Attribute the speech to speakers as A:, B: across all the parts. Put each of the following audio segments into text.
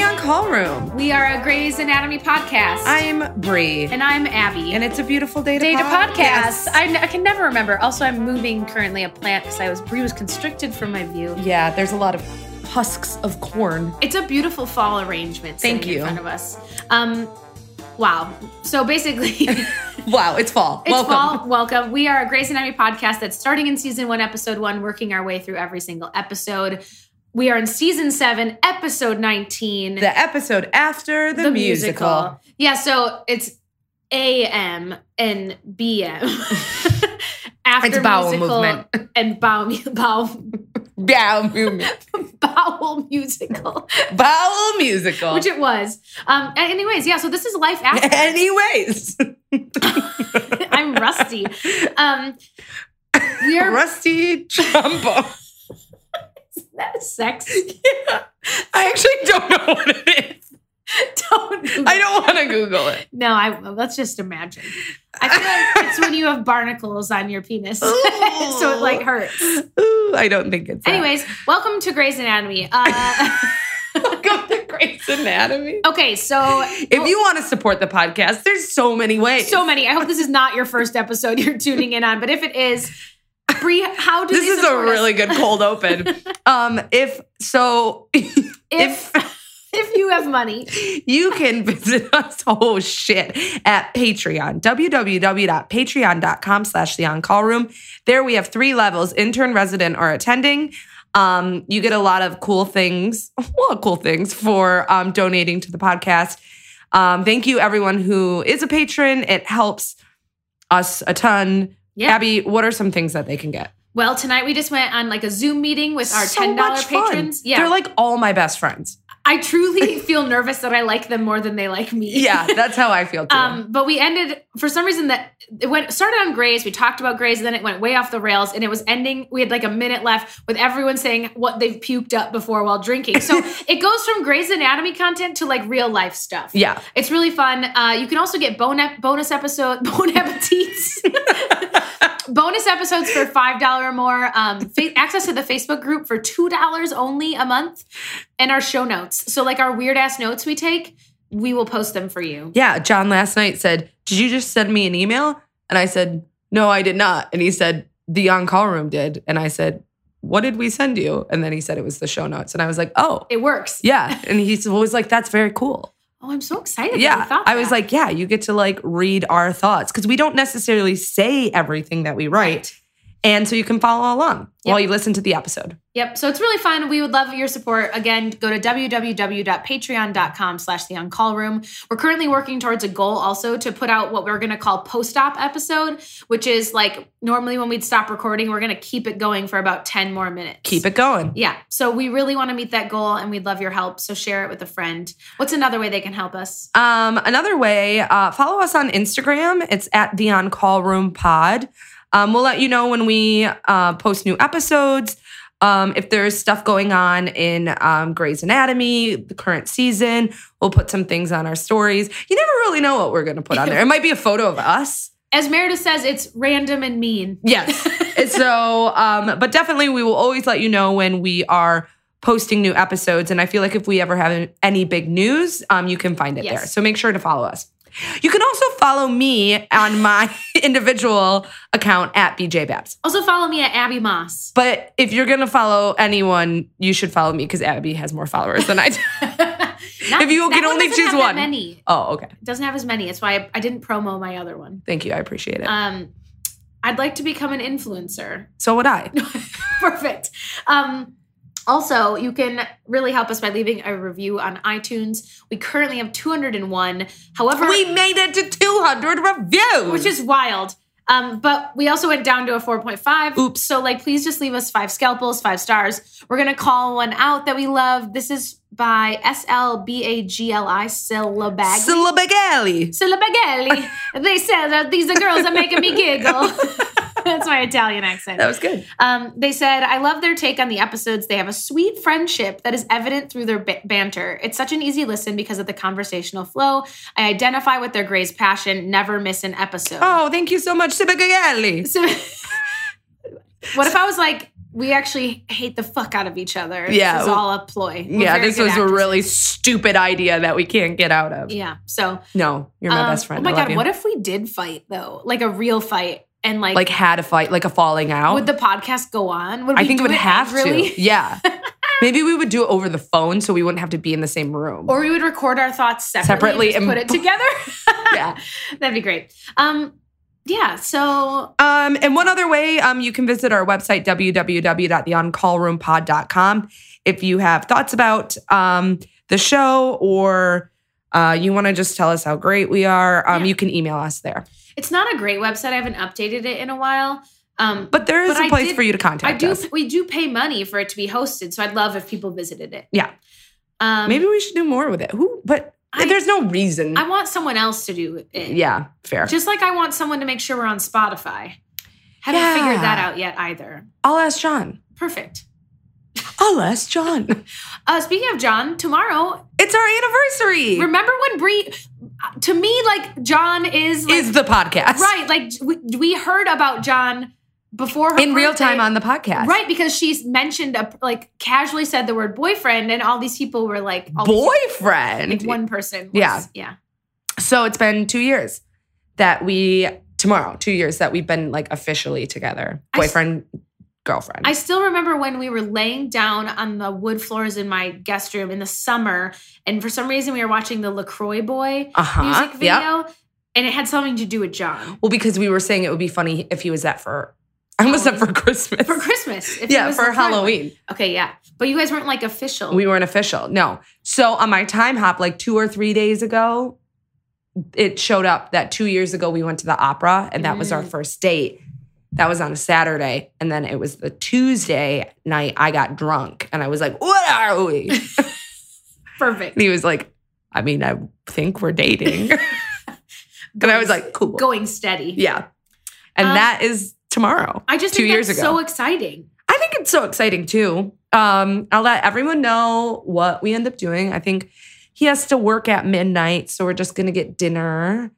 A: homeroom.
B: We are a Grey's Anatomy podcast.
A: I'm Bree,
B: and I'm Abby.
A: and it's a beautiful day to
B: Day to podcast.
A: podcast.
B: I, n- I can never remember. Also, I'm moving currently a plant because I was Bree was constricted from my view.
A: yeah, there's a lot of husks of corn.
B: It's a beautiful fall arrangement.
A: Thank
B: sitting
A: you.
B: in front of us. Um, wow. So basically, it's
A: Wow, it's fall. Welcome.
B: fall. Welcome. We are a Grey's Anatomy podcast that's starting in season one, episode one, working our way through every single episode. We are in season seven, episode nineteen.
A: The episode after the, musical.
B: Yeah, so it's AM and BM. After
A: It's bowel
B: musical
A: movement.
B: and bowel, mu- bowel,
A: Bow movement.
B: bowel musical,
A: Bowel musical.
B: which it was. Um, and anyways, yeah. So this is life after.
A: Anyways,
B: I'm rusty. Um, we are.
A: rusty trombone.
B: that is sex.
A: I actually don't know what it is.
B: Don't.
A: I don't want to Google it.
B: No, I. Let's just imagine. I feel like it's when you have barnacles on your penis, so it like hurts.
A: Ooh, I don't think it's. that.
B: Anyways, welcome to Grey's Anatomy. Uh,
A: welcome to Grey's Anatomy.
B: okay, so oh,
A: If you want to support the podcast, there's so many ways.
B: so many. I hope this is not your first episode you're tuning in on, but if it is, Bree, how do
A: this
B: they
A: is a
B: support us?
A: really good cold open. um, if so,
B: if if you have money,
A: you can visit us. Oh shit! At Patreon, www.patreon.com slash the on-call room. There we have three levels: intern, resident, or attending. Um, you get a lot of cool things, a lot of cool things for um, donating to the podcast. Um, thank you, everyone who is a patron. It helps us a ton.
B: yeah.
A: Abby, what are some things that they can get?
B: Well, tonight we just went on like a Zoom meeting with our ten dollar patrons.
A: Yeah. They're like all my best friends.
B: I truly feel nervous that I like them more than they like me.
A: Yeah, that's how I feel too.
B: Um, but we ended for some reason that it went started on Grays. We talked about Grays, and then it went way off the rails, and it was ending. We had like a minute left with everyone saying what they've puked up before while drinking. So it goes from Grey's Anatomy content to like real life stuff.
A: yeah.
B: It's really fun. Uh, you can also get bonus bonus episode bon appetits. bonus episodes for five dollar or more. Um, fa- access to the Facebook group for two dollars only a month, and our show notes. So like our weird ass notes we take, we will post them for you.
A: Yeah. John last night said, Did you just send me an email? And I said, No, I did not. And he said, The on call room did. And I said, What did we send you? And then he said it was the show notes. And I was like, Oh,
B: It works.
A: yeah. And he was like, That's very cool.
B: Oh, I'm so excited. that
A: Yeah.
B: you thought
A: I was
B: that.
A: like, Yeah, you get to like read our thoughts because we don't necessarily say everything that we write. And so you can follow along while you listen to the episode.
B: yep. So it's really fun. We would love your support. Again, go to www.patreon.com slash the on-call room. We're currently working towards a goal also to put out what we're going to call post-op episode, which is like normally when we'd stop recording, we're going to keep it going for about 10 more minutes.
A: Keep it going.
B: Yeah. So we really want to meet that goal and we'd love your help. So share it with a friend. What's another way they can help us?
A: Um, another way, uh, follow us on Instagram. It's at the On Call Room Pod. Um, we'll let you know when we uh, post new episodes. Um, if there's stuff going on in um, Grey's Anatomy, the current season, we'll put some things on our stories. You never really know what we're going to put on there. It might be a photo of us.
B: As Meredith says, it's random and mean.
A: Yes. And so, um, but definitely, we will always let you know when we are posting new episodes. And I feel like if we ever have any big news, um, you can find it
B: Yes.
A: there. So make sure to follow us. You can also follow me on my individual account at BJ Babs.
B: Also follow me at Abby Moss.
A: But if you're gonna follow anyone, you should follow me because Abby has more followers than I do.
B: Not-
A: If you
B: that
A: can only
B: doesn't
A: choose
B: have that
A: one.
B: many.
A: oh, okay.
B: It doesn't have as many. That's why I, I didn't promo my other one.
A: Thank you. I appreciate it.
B: Um, I'd like to become an influencer.
A: so would I.
B: Perfect. Um, also, you can really help us by leaving a review on iTunes. We currently have 201. However,
A: We made it to 200 reviews.
B: which is wild. Um, but we also went down to a 4.5.
A: Oops.
B: So, like, please just leave us five scalpels, five stars. We're going to call one out that we love. This is by S L B A G L I, Syllabag.
A: Syllabagali.
B: Syllabagelli. they said that these are girls that making me giggle. That's my Italian
A: That
B: accent.
A: was good.
B: Um, they said, I love their take on the episodes. They have a sweet friendship that is evident through their ba- banter. It's such an easy listen because of the conversational flow. I identify with their Grey's passion, never miss an episode.
A: Oh, thank you so much, Syllabagali.
B: So, what if I was like, we actually hate the fuck out of each other.
A: Yeah.
B: This is all a ploy. We're
A: yeah,
B: very
A: this
B: good
A: was
B: actors.
A: a really stupid idea that we can't get out of.
B: Yeah. So
A: No, you're my
B: um,
A: best friend.
B: Oh my
A: I love
B: god,
A: you.
B: what if we did fight though? Like a real fight and like,
A: like had a fight, like a falling out?
B: would the podcast go on? Would
A: I
B: we
A: think it
B: do
A: would have
B: really?
A: to. Yeah. Maybe we would do it over the phone so we wouldn't have to be in the same room.
B: Or we would record our thoughts
A: Separately
B: separately, and just
A: and-
B: put it together.
A: yeah.
B: That'd be great. Um, yeah. So
A: Um, and one other way, um, you can visit our website, www.theoncallroompod.com. If you have thoughts about um, the show or uh, you want to just tell us how great we are, um,
B: Yeah.
A: you can email us there.
B: it's not a great website. I haven't updated it in a while. Um,
A: But there is
B: But
A: a
B: I
A: place
B: did-
A: for you to
B: I
A: contact
B: do.
A: us.
B: We do pay money for it to be hosted, so I'd love if people visited it.
A: Yeah.
B: Um,
A: Maybe we should do more with it. Who? But
B: I-
A: there's no reason.
B: I want someone else to do it.
A: yeah, fair.
B: Just like I want someone to make sure we're on Spotify. Haven't
A: Yeah.
B: figured that out yet either.
A: I'll ask John.
B: Perfect.
A: I'll ask John.
B: Uh, speaking of John, tomorrow,
A: it's our anniversary.
B: remember when Bree? To me, like John is like,
A: is the podcast
B: right. Like we, we heard about John before her
A: in real
B: birthday.
A: time on the podcast?
B: Right, because she's mentioned a like casually said the word boyfriend, and all these people were like, all these-
A: boyfriend.
B: like one person. Was,
A: Yeah.
B: yeah.
A: So it's been two years that we tomorrow two years that we've been like officially together,
B: I s-
A: boyfriend, girlfriend.
B: I still remember when we were laying down on the wood floors in my guest room in the summer, and for some reason we were watching the Lacroix Boy
A: uh huh.
B: music video,
A: Yeah.
B: and it had something to do with John
A: Well, because we were saying it would be funny if he was that for I almost said for Christmas.
B: for Christmas. if it
A: yeah,
B: was
A: for
B: the time.
A: Halloween.
B: Okay, yeah, but you guys weren't like official.
A: We weren't official. No. So on my time hop, like two or three days ago, it showed up that two years ago we went to the opera and that was our
B: Mm.
A: first date. That was on a Saturday. And then it was the Tuesday night I got drunk and I was like, what are we?
B: Perfect.
A: And he was like, I mean, I think we're dating. and I was like, cool.
B: going steady.
A: Yeah. And
B: Um,
A: that is tomorrow.
B: I just
A: Two
B: think
A: years
B: that's
A: ago.
B: so exciting.
A: I think it's so exciting too. Um, I'll let everyone know what we end up doing. I think he has to work at midnight, so we're just gonna get dinner.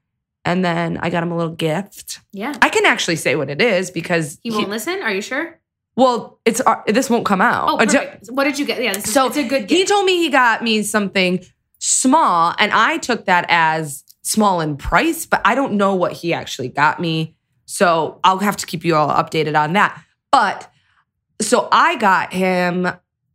A: And then I got him a little gift.
B: Yeah.
A: I can actually say what it is because
B: He won't listen. Are you sure?
A: well, it's uh, this won't come out. Uh,
B: Oh,
A: until-
B: perfect. what did you get? Yeah, this is,
A: So,
B: it's a good
A: He
B: gift.
A: told me he got me something small, and I took that as small in price, but I don't know what he actually got me. So I'll have to keep you all updated on that. But so I got him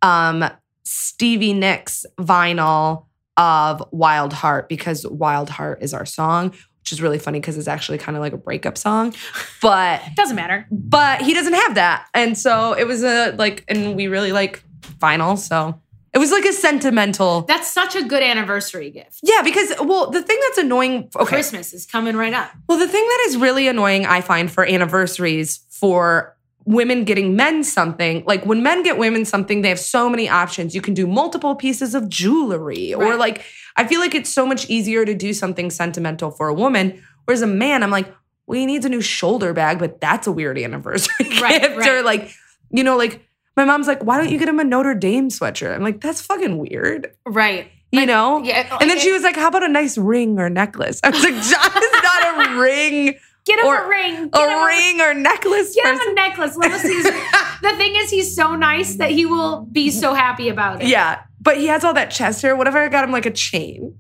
A: um Stevie Nicks vinyl of Wild Heart because Wild Heart is our song, which is really funny because it's actually kind of like a breakup song. But
B: Doesn't matter.
A: but he doesn't have that. And so it was a like, and we really like vinyl. So it was like a sentimental.
B: That's such a good anniversary gift.
A: yeah, because well, the thing that's annoying. Okay.
B: Christmas is coming right up.
A: Well, the thing that is really annoying, I find, for anniversaries for women getting men something, like when men get women something, they have so many options. You can do multiple pieces of jewelry, or
B: Right.
A: like, I feel like it's so much easier to do something sentimental for a woman. Whereas a man, I'm like, well, he needs a new shoulder bag, but that's a weird anniversary
B: Right,
A: gift. Or
B: right.
A: like, you know, like my mom's like, why don't you get him a Notre Dame sweatshirt? I'm like, that's fucking weird.
B: Right.
A: You know?
B: Yeah.
A: And then she was like, "How about a nice ring or necklace?" I was like, "John is not a ring,
B: get him
A: or-
B: a ring. Get him
A: a ring or necklace."
B: Get him
A: person."
B: a necklace. Let us see. His, the thing is, he's so nice that he will be so happy about it.
A: Yeah, but he has all that chest hair. What if I got him like a chain?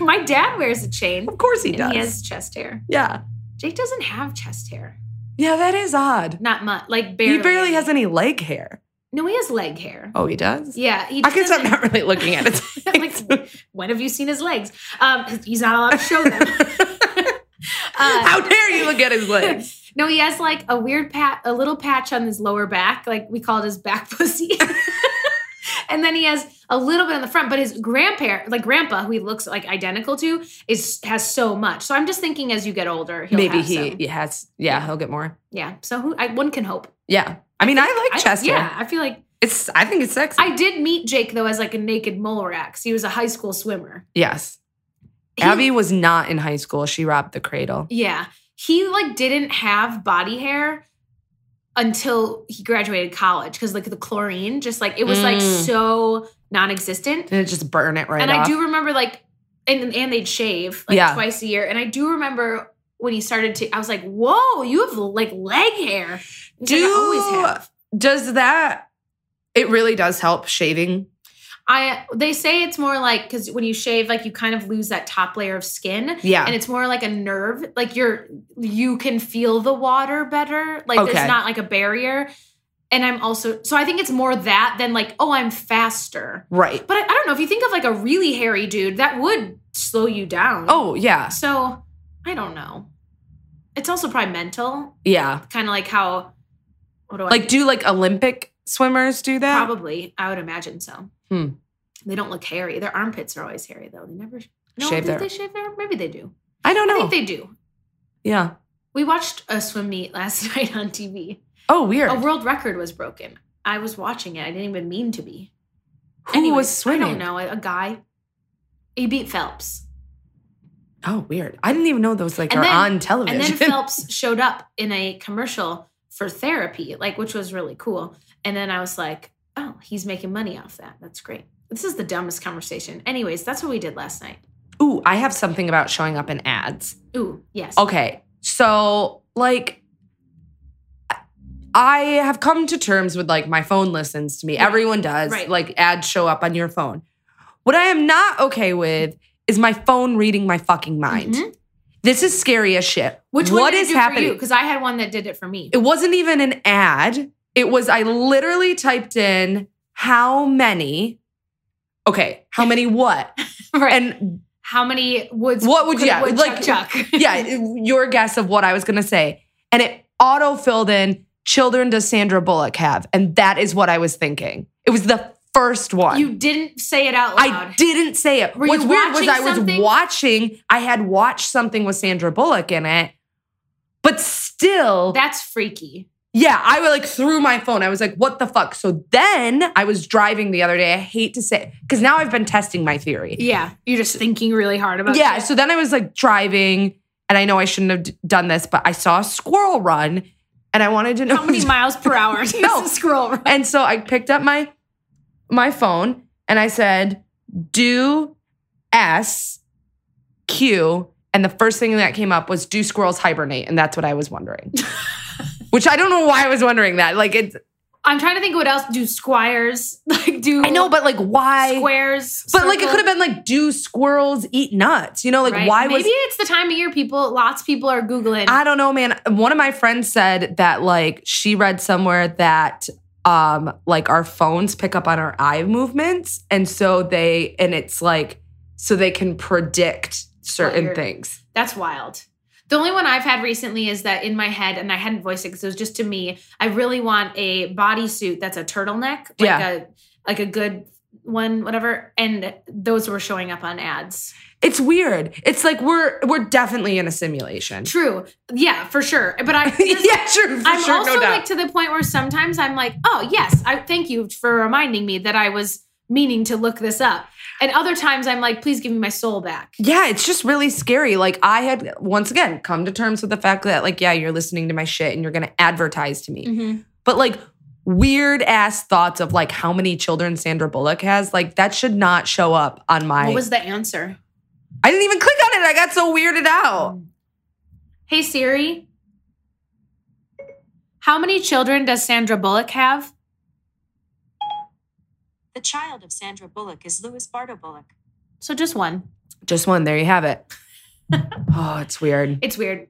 B: My dad wears a chain.
A: of course he
B: and
A: does.
B: he has chest hair.
A: yeah,
B: Jake doesn't have chest hair.
A: yeah, that is odd.
B: Not much. Like barely.
A: He barely has any leg hair.
B: No, he has leg hair.
A: Oh, he does.
B: Yeah. He
A: I guess I'm
B: doesn't-
A: not really looking at it.
B: like, when have you seen his legs? Um, he's not allowed to show them. Uh,
A: How dare you look at his legs?
B: No, he has like a weird pat, a little patch on his lower back, like we call it his back pussy. and then he has a little bit on the front, but his grandparent, like grandpa, who he looks like identical to, is has so much. So I'm just thinking, as you get older, he'll
A: Maybe
B: have
A: he,
B: some.
A: he has. Yeah, he'll get more.
B: yeah. So who I, one can hope.
A: Yeah, I mean, I, like
B: I-
A: chest
B: yeah,
A: hair.
B: I feel like
A: It's. I think it's sexy.
B: I did meet Jake though as like a naked mole rat 'cause He was a high school swimmer.
A: yes.
B: He-
A: Abby was not in high school. She robbed the cradle.
B: Yeah. He like didn't have body hair until he graduated college because like the chlorine just like it was like
A: Mm.
B: so non-existent.
A: And it just burn it right
B: and
A: off.
B: I do remember like and and they'd shave like
A: Yeah.
B: twice a year. And I do remember when he started to I was like, whoa, you have like leg hair. He's like, I always have.
A: does that it really does help shaving
B: I they say it's more like because when you shave, like you kind of lose that top layer of skin,
A: yeah
B: and it's more like a nerve. Like you're you can feel the water better. Like
A: Okay.
B: there's not like a barrier. And I'm also so I think it's more that than like oh I'm faster.
A: right
B: But I, I don't know if you think of like a really hairy dude that would slow you down.
A: oh yeah
B: so I don't know. It's also probably mental,
A: yeah
B: kind of like how what do I
A: like do like olympic swimmers do that
B: Probably, I would imagine so.
A: Hmm.
B: They don't look hairy. Their armpits are always hairy, though. They never no,
A: Shave
B: shave
A: their-
B: They shave their maybe they do.
A: i don't
B: I
A: know
B: think they do.
A: yeah
B: We watched a swim meet last night on TV.
A: oh weird
B: A world record was broken. I was watching it. I didn't even mean to be.
A: who
B: Anyways,
A: was swimming
B: I don't know. A, a guy. He beat Phelps,
A: oh weird i didn't even know those like
B: And
A: are
B: then-
A: on television
B: and then Phelps showed up in a commercial for therapy, like which was really cool. And then I was like, oh, he's making money off that. That's great. This is the dumbest conversation. Anyways, that's what we did last night.
A: ooh i have something about showing up in ads
B: Ooh, yes.
A: Okay. So, like, I have come to terms with like my phone listens to me.
B: Right.
A: Everyone does.
B: Right.
A: Like, ads show up on your phone. What I am not okay with is my phone reading my fucking mind.
B: Mhm.
A: This is scary as shit.
B: Which one
A: What
B: did it
A: is
B: do
A: happening?
B: Because I had one that did it for me.
A: It wasn't even an ad. It was, I literally typed in how many, okay, how many what?
B: right.
A: And
B: how many woods?
A: What would-
B: could-
A: yeah,
B: would
A: like-
B: Chuck? Chuck?
A: yeah, your guess of what I was going to say. And it auto filled in children does Sandra Bullock have? And that is what I was thinking. It was the first one.
B: you didn't say it out loud.
A: I didn't say it.
B: Were
A: What's
B: you
A: weird was
B: watching
A: I was
B: something?
A: watching, I had watched something with Sandra Bullock in it, but still,
B: That's freaky.
A: yeah, I was like threw my phone. I was like, what the fuck? So then I was driving the other day. I hate to say because now I've been testing my theory.
B: Yeah, you're just thinking really hard about.
A: Yeah.
B: it.
A: So then I was like driving, and I know I shouldn't have d- done this, but I saw a squirrel run, and I wanted to know
B: How many miles per hour? does
A: No.
B: a squirrel run?
A: And so I picked up my my phone and I said, "Do S Q," and the first thing that came up was, "Do squirrels hibernate?" And that's what I was wondering. Which I don't know why I was wondering that. Like it's
B: I'm trying to think what else. Do squires like do?
A: I know, but like why?
B: squares.
A: but like it
B: circles?
A: could have been like, "Do squirrels eat nuts?" You know, like
B: Right.
A: why
B: Maybe
A: was
B: it's the time of year. People, lots of people are googling.
A: I don't know, man. One of my friends said that like she read somewhere that um like our phones pick up on our eye movements and so they and it's like so they can predict certain
B: Weird.
A: things.
B: That's wild. The only one I've had recently is that in my head, and I hadn't voiced it because it was just to me. I really want a bodysuit that's a turtleneck, like
A: Yeah.
B: a like a good one, whatever. And those were showing up on ads.
A: It's weird. It's like we're we're definitely in a simulation.
B: True, yeah, for sure. But I,
A: yeah, true. For
B: I'm
A: sure,
B: also
A: no doubt.
B: like to the point where sometimes I'm like, oh yes, I thank you for reminding me that I was meaning to look this up. And other times I'm like, please give me my soul back.
A: yeah, it's just really scary. Like I had once again come to terms with the fact that like yeah, you're listening to my shit and you're going to advertise to me.
B: Mhm.
A: But like weird ass thoughts of like how many children Sandra Bullock has, like that should not show up on my.
B: What was the answer?
A: I didn't even click on it. I got so weirded out.
B: Hey Siri. How many children does Sandra Bullock have?
C: The child of Sandra Bullock is Louis Bardo Bullock.
B: So just one.
A: Just one. There you have it. oh, it's weird.
B: It's weird.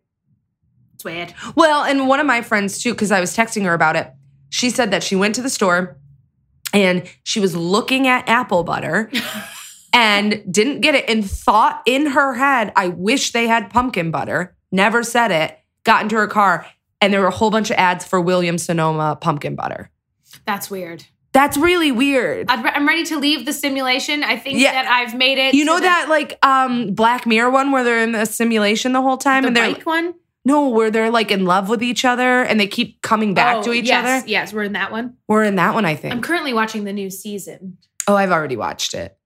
B: It's weird.
A: Well, and one of my friends too, because I was texting her about it, she said that she went to the store and she was looking at apple butter and didn't get it and thought in her head, I wish they had pumpkin butter. Never said it. Got into her car and there were a whole bunch of ads for William Sonoma pumpkin butter.
B: That's weird.
A: That's really weird.
B: I'd re- I'm ready to leave the simulation. I think
A: Yeah.
B: that I've made it.
A: You
B: to
A: know
B: the-
A: that like um Black Mirror one where they're in a simulation the whole time
B: the
A: and they're
B: bike one?
A: no, where they're like in love with each other and they keep coming back
B: Oh,
A: to each
B: yes,
A: other.
B: Yes, we're in that one.
A: We're in that one, I think.
B: I'm currently watching the new season.
A: oh, I've already watched it.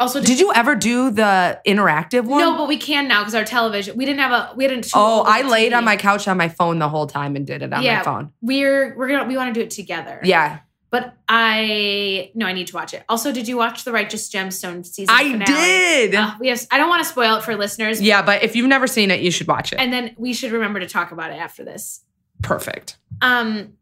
B: Also,
A: Did you ever do the interactive one?
B: No, but we can now because our television. We didn't have a. We didn't.
A: oh, I laid on
B: TV.
A: my couch on my phone the whole time and did it on my
B: Yeah.
A: phone.
B: We're we're gonna we want to do it together.
A: Yeah,
B: But I no, I need to watch it. Also, did you watch the Righteous Gemstone season?
A: I
B: finale? Um,
A: did.
B: Ugh, we have. I don't want to spoil it for listeners.
A: yeah, but if you've never seen it, you should watch it.
B: And then we should remember to talk about it after this.
A: Perfect.
B: Um,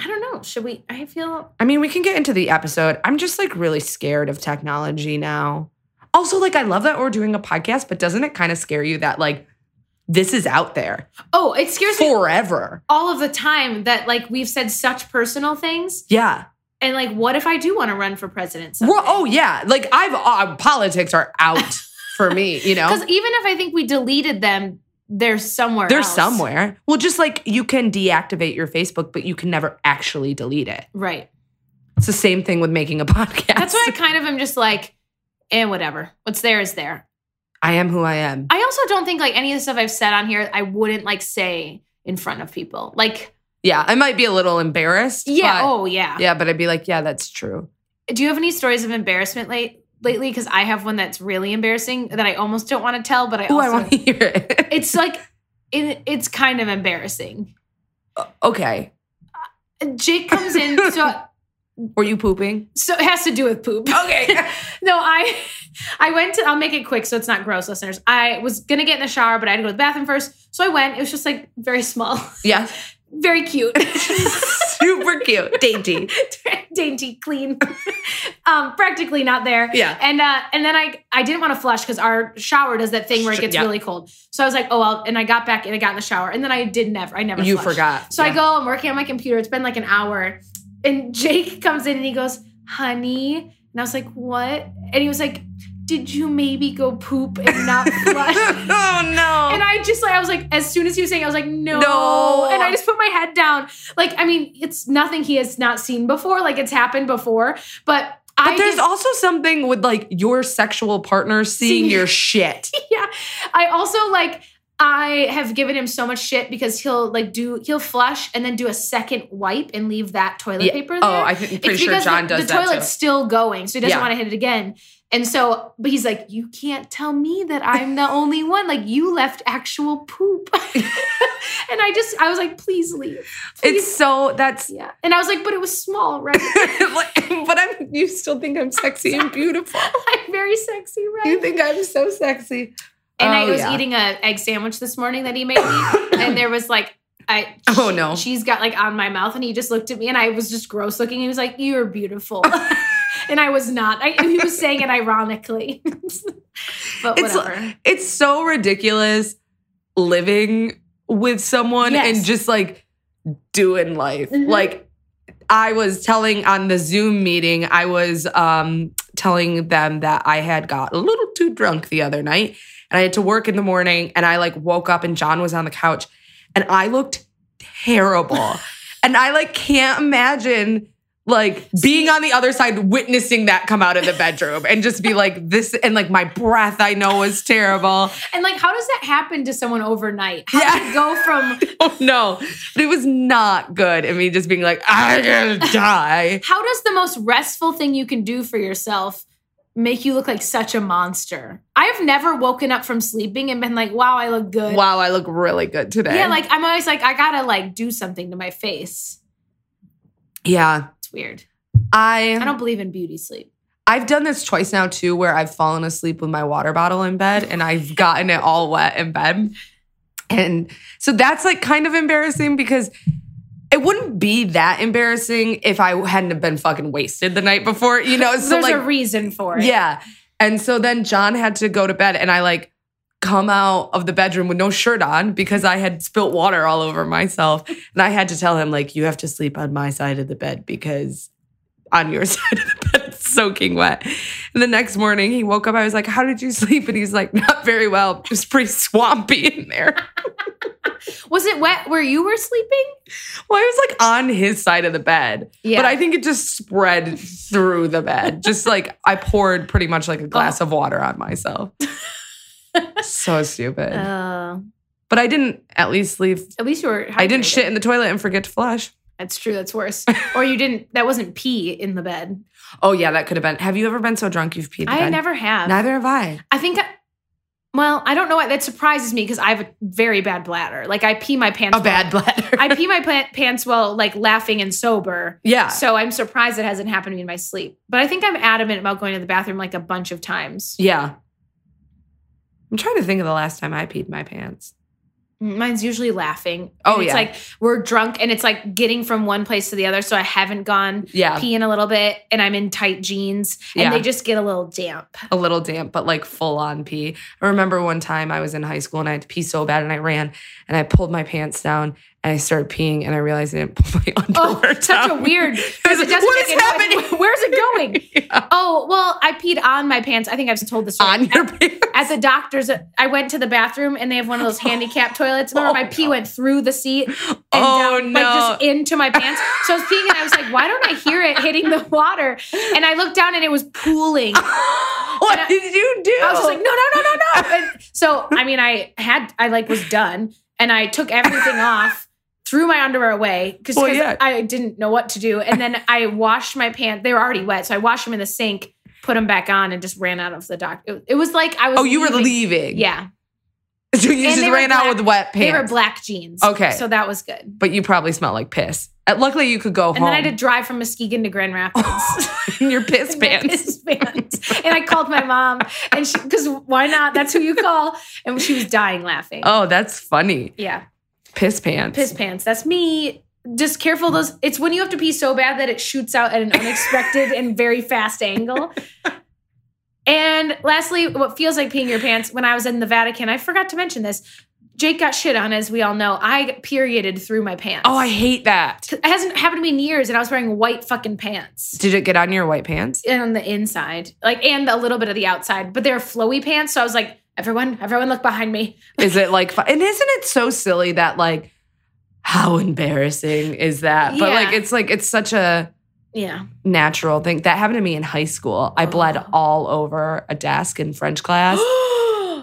B: I don't know. Should we? I feel
A: I mean, we can get into the episode. I'm just like really scared of technology now. Also, like, I love that we're doing a podcast, but doesn't it kind of scare you that like this is out there
B: oh, it scares me
A: forever?
B: all of the time that like we've said such personal things.
A: Yeah.
B: And like, what if I do want to run for president?
A: We're- oh yeah. Like I've uh, politics are out for me. You know,
B: Because even if I think we deleted them, they're somewhere.
A: they're
B: else.
A: somewhere. Well, just like you can deactivate your Facebook, but you can never actually delete it.
B: Right.
A: It's the same thing with making a podcast.
B: That's why I kind of am just like, and whatever. What's there is there.
A: I am who I am.
B: I also don't think like any of the stuff I've said on here, I wouldn't like say in front of people. Like,
A: Yeah, I might be a little embarrassed.
B: yeah,
A: but-
B: oh yeah.
A: yeah, but I'd be like, yeah, that's true.
B: Do you have any stories of embarrassment late lately? Because I have one that's really embarrassing that I almost don't want to tell, but I
A: Oh,
B: also
A: I want to hear it.
B: it's like it, it's kind of embarrassing.
A: okay,
B: Jake comes in, so
A: were you pooping?
B: so it has to do with poop.
A: Okay.
B: No, I I went to I'll make it quick so it's not gross, listeners. I was gonna get in the shower, but I had to go to the bathroom first. So I went. It was just like very small,
A: yeah.
B: very cute.
A: Super cute. Dainty.
B: dainty, clean, um, practically not there.
A: Yeah.
B: And uh, and then I I didn't want to flush because our shower does that thing where it
A: Sh-
B: gets
A: yeah.
B: really cold. So I was like, oh well. And I got back and I got in the shower and then I did never. I never.
A: You
B: flushed.
A: forgot.
B: So I
A: Yeah.
B: go. I'm working on my computer. It's been like an hour, and Jake comes in and he goes, "Honey," and I was like, "What?" And he was like, "Did you maybe go poop and not flush?"
A: oh no.
B: And I just like I was like, as soon as he was saying, it, I was like, no.
A: No.
B: And I just put my head down. Like, I mean, it's nothing he has not seen before. Like it's happened before, but, I
A: but there's
B: did-
A: also something with like your sexual partner seeing
B: Seeing-
A: your shit.
B: yeah. I also like I have given him so much shit because he'll like do he'll flush and then do a second wipe and leave that toilet
A: Yeah.
B: paper there.
A: Oh, I think, pretty
B: it's
A: sure
B: because
A: John
B: the,
A: does
B: the
A: that
B: toilet's still going, so he doesn't
A: Yeah.
B: want to hit it again. And so, but he's like, "You can't tell me that I'm the only one. Like, you left actual poop." and I just, I was like, "Please leave."
A: too. It's so that's.
B: Yeah. And I was like, "But it was small, right?
A: but I'm. You still think I'm sexy and beautiful.
B: like very sexy, right?"
A: You think I'm so sexy.
B: and I
A: Oh,
B: was
A: yeah.
B: eating a egg sandwich this morning that he made me, and there was like, I
A: Oh,
B: she-
A: no.
B: she's got like on my mouth, and he just looked at me, and I was just gross looking, and he was like, "You're beautiful," and I was not. I, he was saying it ironically, but
A: It's-
B: whatever.
A: It's so ridiculous living with someone
B: Yes.
A: and just like doing life.
B: Mhm.
A: Like I was telling on the Zoom meeting, I was um telling them that I had got a little too drunk the other night and I had to work in the morning and I like woke up and John was on the couch and I looked terrible. and I like can't imagine like being on the other side witnessing that come out of the bedroom and just be like this and like my breath I know was terrible.
B: And like, how does that happen to someone overnight? How
A: Yeah.
B: do you go from
A: Oh no. But it was not good. And me just being like, I'm gonna die.
B: how does the most restful thing you can do for yourself make you look like such a monster? I've never woken up from sleeping and been like, "Wow, I look good."
A: Wow, I look really good today.
B: Yeah, like I'm always like, I gotta like do something to my face.
A: Yeah.
B: It's weird. I
A: I
B: don't believe in beauty sleep.
A: I've done this twice now too, where I've fallen asleep with my water bottle in bed and I've gotten it all wet in bed. And so that's like kind of embarrassing because it wouldn't be that embarrassing if I hadn't have been fucking wasted the night before, you know? So
B: There's
A: like
B: a reason for it.
A: Yeah. And so then John had to go to bed and I like come out of the bedroom with no shirt on because I had spilt water all over myself. And I had to tell him, like, you have to sleep on my side of the bed because on your side of the bed it's soaking wet. And the next morning he woke up, I was like, How did you sleep? And he's like, Not very well. It was pretty swampy in there.
B: Was it wet where you were sleeping?
A: Well, I was like on his side of the bed.
B: Yeah.
A: But I think it just spread through the bed. Just like I poured pretty much like a
B: Oh.
A: glass of water on myself. so stupid.
B: Uh,
A: but I didn't at least leave.
B: at least you were. Hydrated.
A: I didn't shit in the toilet and forget to flush.
B: That's true. That's worse. or you didn't. That wasn't pee in the bed.
A: Oh, yeah, that could have been. Have you ever been so drunk you've peed? the
B: I
A: bed?
B: never have.
A: Neither have I.
B: I think. I, well, I don't know. why That surprises me because I have a very bad bladder. Like I pee my pants.
A: A bad bladder.
B: I pee my pla- pants while like laughing and sober.
A: yeah.
B: So I'm surprised it hasn't happened to me in my sleep. But I think I'm adamant about going to the bathroom like a bunch of times.
A: yeah. I'm trying to think of the last time I peed my pants.
B: Mine's usually laughing. And
A: Oh,
B: it's
A: yeah.
B: like we're drunk and it's like getting from one place to the other. So I haven't gone
A: Yeah,
B: peeing a little bit and I'm in tight jeans and
A: Yeah.
B: they just get a little damp.
A: a little damp, but like full on pee. I remember one time I was in high school and I had to pee so bad and I ran and I pulled my pants down and I started peeing and I realized I didn't pull my
B: Oh,
A: underwear down.
B: such a weird. Because it doesn't
A: What
B: make
A: is
B: any-
A: happening?
B: Where's it going? Oh, well, I peed on my pants. I think I've told this story.
A: on your pants.
B: at the doctor's, I went to the bathroom and they have one of those handicap toilets. Remember, my pee went through the seat and
A: Oh,
B: down, like just
A: no.
B: into my pants. So I was peeing and I was like, why don't I hear it hitting the water? And I looked down and it was pooling.
A: what
B: And I-
A: did you do?
B: I was just like, no, no, no, no, no. And so I mean, I had, I like was done, and I took everything off, threw my underwear away because
A: Well, yeah.
B: I didn't know what to do, and then I washed my pants. They were already wet, so I washed them in the sink, put them back on, and just ran out of the dock. It, it was like I was.
A: oh, you were leaving.
B: Yeah,
A: So
B: And
A: you just
B: they were
A: ran out
B: black-
A: with wet
B: they were
A: pants.
B: black jeans.
A: Okay.
B: so that was good.
A: but you probably smelled like piss. Uh, Luckily, you could go
B: And
A: home
B: then I had to drive from Muskegon to Grand Rapids.
A: in your piss
B: in my
A: pants.
B: piss pants. And I called my mom, and she, because why not? That's who you call. And she was dying laughing.
A: Oh, that's funny.
B: Yeah.
A: Piss pants.
B: piss pants. That's me. Just careful those. It's when you have to pee so bad that it shoots out at an unexpected and very fast angle. And lastly, what feels like peeing your pants. When I was in the Vatican, I forgot to mention this. Jake got shit on, as we all know. I perioded through my pants.
A: Oh, I hate that.
B: it hasn't happened to me in years, and I was wearing white fucking pants
A: Did it get on your white pants?
B: and on the inside, like and a little bit of the outside, but they're flowy pants. So I was like, everyone, everyone, look behind me.
A: Is it like, fu- and isn't it so silly that like, how embarrassing is that? But
B: Yeah.
A: like, it's like, it's such a
B: Yeah,
A: natural thing. That happened to me in high school. I bled
B: Oh.
A: all over a desk in French class,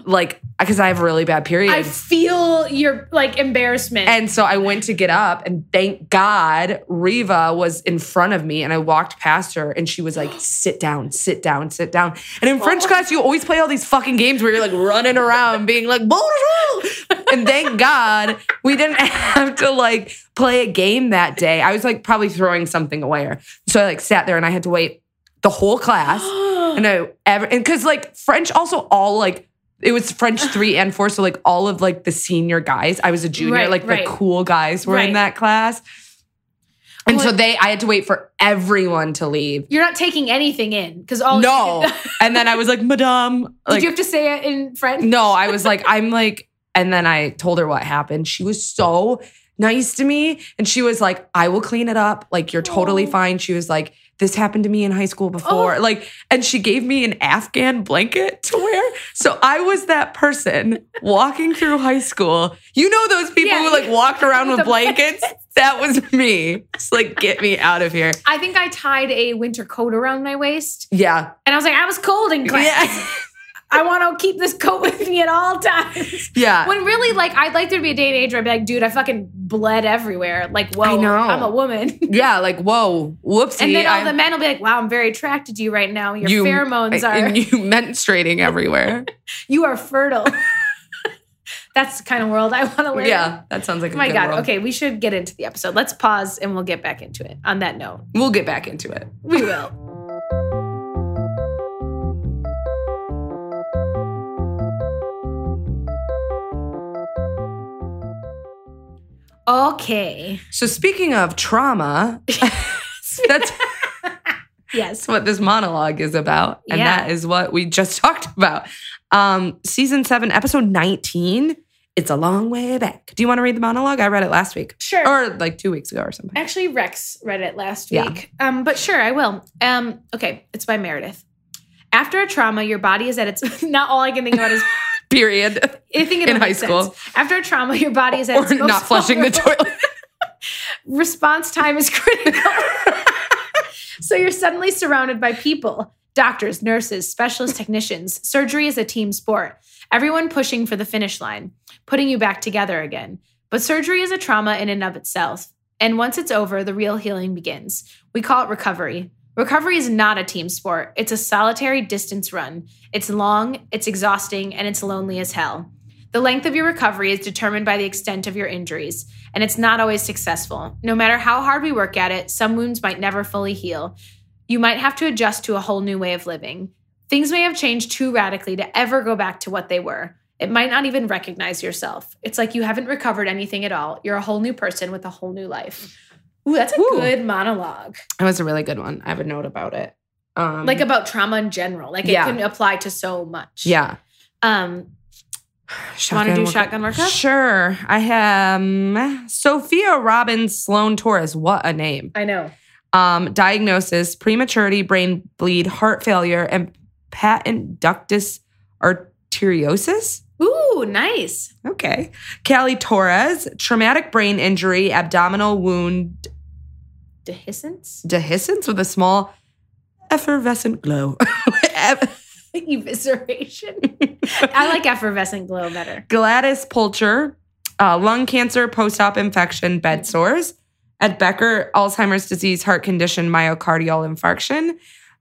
A: like, because I have really bad
B: I
A: periods.
B: feel your like embarrassment.
A: And so I went to get up, and thank God Riva was in front of me, and I walked past her, and she was like, "Sit down, sit down, sit down." And in French class, you always play all these fucking games where you're like running around, being like "bonjour." And thank God we didn't have to like play a game that day. I was like probably throwing something away, or so I like sat there and I had to wait the whole class. And I ever and because like French also all like it was French three and four, so like all of like the senior guys. I was a junior,
B: Right,
A: like
B: right.
A: the cool guys were
B: Right.
A: in that class. And
B: Well,
A: so they I had to wait for everyone to leave.
B: You're not taking anything in because all
A: no.
B: Did
A: and then I was like, Madame. Like,
B: Oh, you have to say it in French?
A: no, I was like, I'm like, and then I told her what happened. She was so nice to me. And she was like, I will clean it up. Like, you're totally
B: Oh.
A: fine. She was like, this happened to me in high school before.
B: Oh.
A: Like, and she gave me an Afghan blanket to wear. So I was that person walking through high school. You know, those people
B: Yeah.
A: who like walked around
B: The
A: with blankets? That was me. It's like, get me out of here.
B: I think I tied a winter coat around my waist,
A: Yeah.
B: and I was like, I was cold in class.
A: Yeah.
B: I want to keep this coat with me at all times.
A: Yeah.
B: When really, like, I'd like there to be a day and age where I'd be like, dude, I fucking bled everywhere. Like, whoa,
A: I know.
B: I'm a woman.
A: yeah. Like, whoa, whoopsie.
B: and then all
A: I'm-
B: the men will be like, wow, I'm very attracted to you right now. Your
A: You-
B: pheromones are,
A: and
B: you,
A: you menstruating everywhere.
B: are fertile. That's the kind of world I want to live in.
A: Yeah, that sounds like a
B: Oh my
A: good
B: god.
A: world.
B: Okay, we should get into the episode. Let's pause and we'll get back into it. On that note,
A: We'll get back into it.
B: we will. okay.
A: So speaking of trauma, that's
B: Yes.
A: what this monologue is about. And
B: Yeah.
A: that is what we just talked about. Um, season seven, episode 19. It's a long way back. Do you want to read the monologue? I read it last week.
B: Sure.
A: Or like two weeks ago or something.
B: Actually, Rex read it last
A: Yeah.
B: week. Um, but sure, I will. Um, okay, it's by Meredith. After a trauma, your body is at its not all I can think about is
A: Period.
B: I think it'll
A: In high
B: make sense.
A: school.
B: After a trauma, your body is at
A: Or
B: its most
A: not flushing the
B: vulnerable.
A: toilet.
B: response time is critical. so you're suddenly surrounded by people doctors, nurses, specialist technicians. Surgery is a team sport. Everyone pushing for the finish line, putting you back together again. But surgery is a trauma in and of itself. And once it's over, the real healing begins. We call it recovery. Recovery is not a team sport. It's a solitary distance run. It's long, it's exhausting, and it's lonely as hell. The length of your recovery is determined by the extent of your injuries, and it's not always successful. No matter how hard we work at it, some wounds might never fully heal. You might have to adjust to a whole new way of living. Things may have changed too radically to ever go back to what they were. It might not even recognize yourself. It's like you haven't recovered anything at all. You're a whole new person with a whole new life. Ooh, that's a
A: Ooh.
B: good monologue.
A: That was a really good one. I have a note about it. Um,
B: Like about trauma in general. Like it
A: Yeah.
B: can apply to so much.
A: yeah.
B: Um, want to do shotgun workup?
A: Sure. I have um, Sophia Robbins Sloan Torres. What a name.
B: I know.
A: Um, diagnosis prematurity, brain bleed, heart failure, and patent ductus arteriosus.
B: Ooh, nice.
A: Okay. Callie Torres, traumatic brain injury, abdominal wound,
B: Dehiscence?
A: dehiscence with a small effervescent glow.
B: Evisceration. I like effervescent glow better.
A: Gladys Pulcher, uh, lung cancer, post op infection,
B: Mm-hmm.
A: bed sores. Ed Becker, Alzheimer's disease, heart condition, myocardial infarction.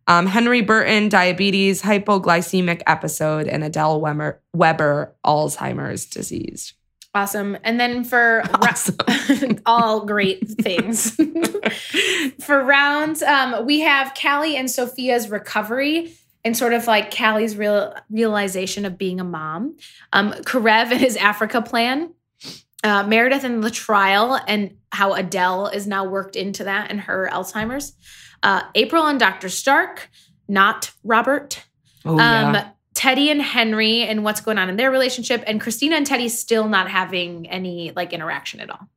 A: Um, Henry Burton, diabetes, hypoglycemic episode, and Adele Weber, Weber Alzheimer's disease.
B: Awesome. And then for
A: Awesome.
B: all great things. for rounds, um, we have Callie and Sophia's recovery and sort of like Callie's real realization of being a mom. Um, Karev and his Africa plan. Uh, Meredith and the trial and how Adele is now worked into that and her Alzheimer's. Uh, April and Dr. Stark, not Robert.
A: Oh,
B: um,
A: yeah.
B: Teddy and Henry and what's going on in their relationship, and Christina and Teddy still not having any like interaction at all.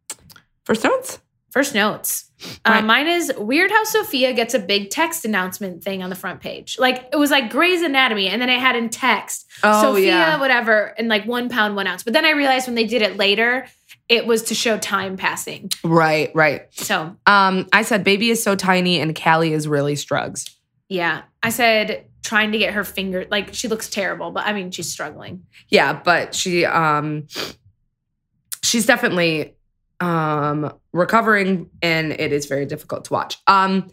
A: First notes?
B: First notes. Uh,
A: Right.
B: Mine is weird how Sophia gets a big text announcement thing on the front page. Like it was like Grey's Anatomy, and then it had in text
A: Oh,
B: Sophia, whatever, and like one pound, one ounce. But then I realized when they did it later, it was to show time passing.
A: Right, right.
B: So
A: Um, I said, baby is so tiny and Callie is really strugs.
B: yeah, I said trying to get her finger. Like she looks terrible, but I mean she's struggling.
A: yeah but she um she's definitely um recovering and it is very difficult to watch um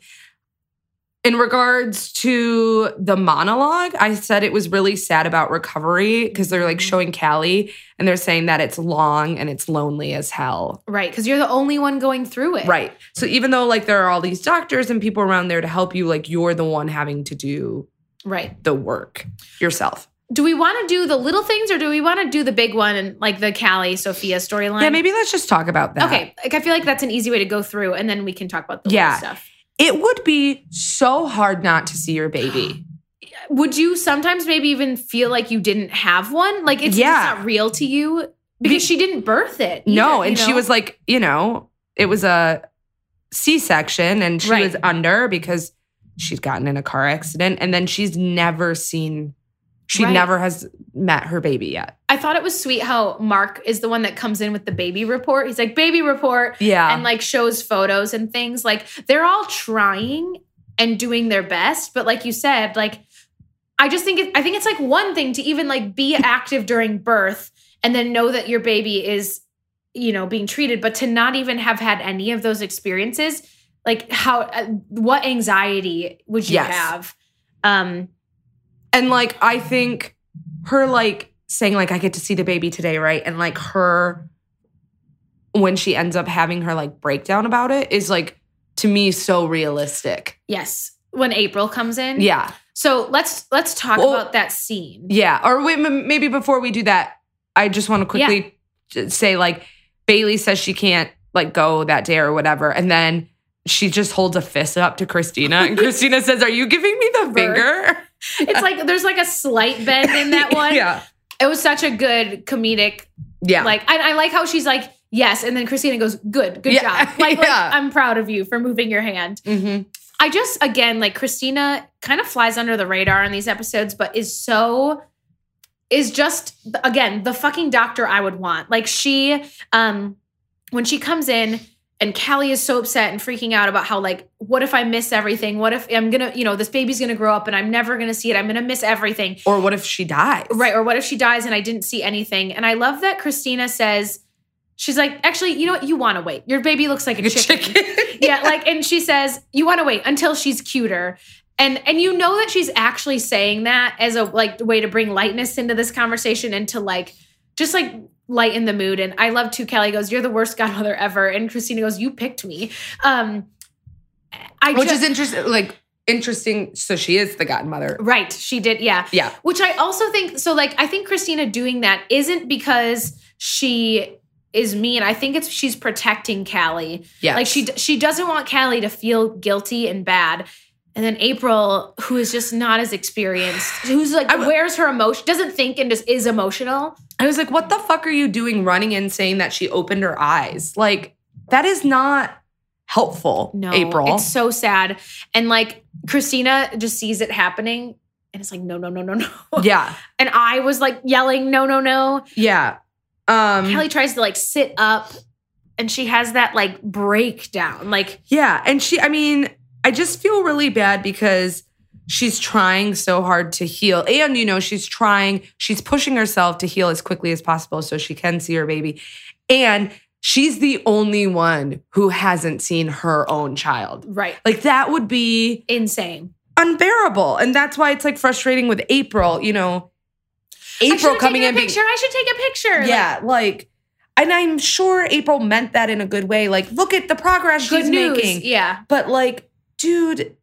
A: in regards to the monologue i said it was really sad about recovery because they're like showing callie and they're saying that it's long and it's lonely as hell
B: Right, because you're the only one going through it.
A: right so even though like there are all these doctors and people around there to help you like you're the one having to do
B: right.
A: the work yourself
B: Do we want to do the little things or do we want to do the big one and like the Callie Sophia storyline?
A: yeah maybe let's just talk about that
B: Okay, like I feel like that's an easy way to go through, and then we can talk about the
A: Yeah.
B: little stuff.
A: It would be so hard not to see your baby.
B: Would you sometimes maybe even feel like you didn't have one? Like it's
A: Yeah.
B: just not real to you because she didn't birth it.
A: no,
B: either, you
A: and she
B: know?
A: was like, you know, it was a C section and she
B: Right.
A: was under because she'd gotten in a car accident and then she's never seen, she
B: Right.
A: never has met her baby yet.
B: I thought it was sweet how Mark is the one that comes in with the baby report. He's like baby report,
A: Yeah.
B: and like shows photos and things like they're all trying and doing their best but like you said like i just think it, i think it's like one thing to even like be active during birth and then know that your baby is you know being treated but to not even have had any of those experiences like how uh, what anxiety would you
A: Yes.
B: have um
A: and like, I think her like saying, like, I get to see the baby today, right? And like her, when she ends up having her like breakdown about it is like, to me, so realistic.
B: yes when april comes in
A: Yeah.
B: so let's let's talk
A: Well-
B: about that scene
A: Yeah. Or wait, m- maybe before we do that, I just want to quickly j- say like Bailey says she can't like go that day or whatever. And then she just holds a fist up to Christina and Christina says, Are you giving me the
B: Bird.
A: finger?
B: it's like there's like a slight bend in that one
A: yeah.
B: it was such a good comedic
A: Yeah.
B: like and i like how she's like yes and then christina goes good good
A: Yeah,
B: job like, like,
A: yeah.
B: i'm proud of you for moving your hand
A: Mhm.
B: i just again like christina kind of flies under the radar in these episodes but is so is just again the fucking doctor i would want like she um when she comes in and Callie is so upset and freaking out about how like what if I miss everything? What if I'm gonna you know this baby's gonna grow up and I'm never gonna see it? I'm gonna miss everything.
A: Or what if she dies?
B: Right. Or what if she dies and I didn't see anything? And I love that Christina says, she's like, actually, you know what? You want to wait. Your baby looks like a
A: Like a
B: chicken.
A: chicken.
B: yeah. Like, and she says, you want to wait until she's cuter. And, and you know that she's actually saying that as a like way to bring lightness into this conversation and to like just like lighten the mood. And I love too. Kelly goes, "You're the worst godmother ever," and Christina goes, "You picked me." Um, I
A: Which
B: just,
A: is interesting. Like interesting. So she is the godmother.
B: Right. She did. Yeah.
A: Yeah.
B: Which I also think so like I think Christina doing that isn't because she is mean. I think it's she's protecting Callie.
A: Yeah.
B: Like she she doesn't want Callie to feel guilty and bad. And then April, who is just not as experienced, who's like
A: I w-
B: wears her emotion, doesn't think and just is emotional.
A: I was like, what the fuck are you doing running in saying that she opened her eyes? Like, that is not helpful,
B: No,
A: April.
B: It's so sad. And like Christina just sees it happening and it's like, no, no, no, no, no.
A: yeah.
B: And I was like yelling, no, no, no.
A: Yeah. Um,
B: Kelly tries to like sit up and she has that like breakdown. Like,
A: Yeah. And she, I mean, I just feel really bad because she's trying so hard to heal. And, you know, she's trying, she's pushing herself to heal as quickly as possible so she can see her baby. And she's the only one who hasn't seen her own child.
B: right.
A: Like, that would be
B: Insane.
A: unbearable. And that's why it's like frustrating with April, you know,
B: I should
A: April
B: have
A: coming
B: taken
A: in.
B: a
A: being-
B: picture. I should take a picture. Like,
A: yeah. Like, and I'm sure April meant that in a good way. Like, look at the progress
B: good
A: she's
B: news.
A: making
B: Yeah.
A: but like dude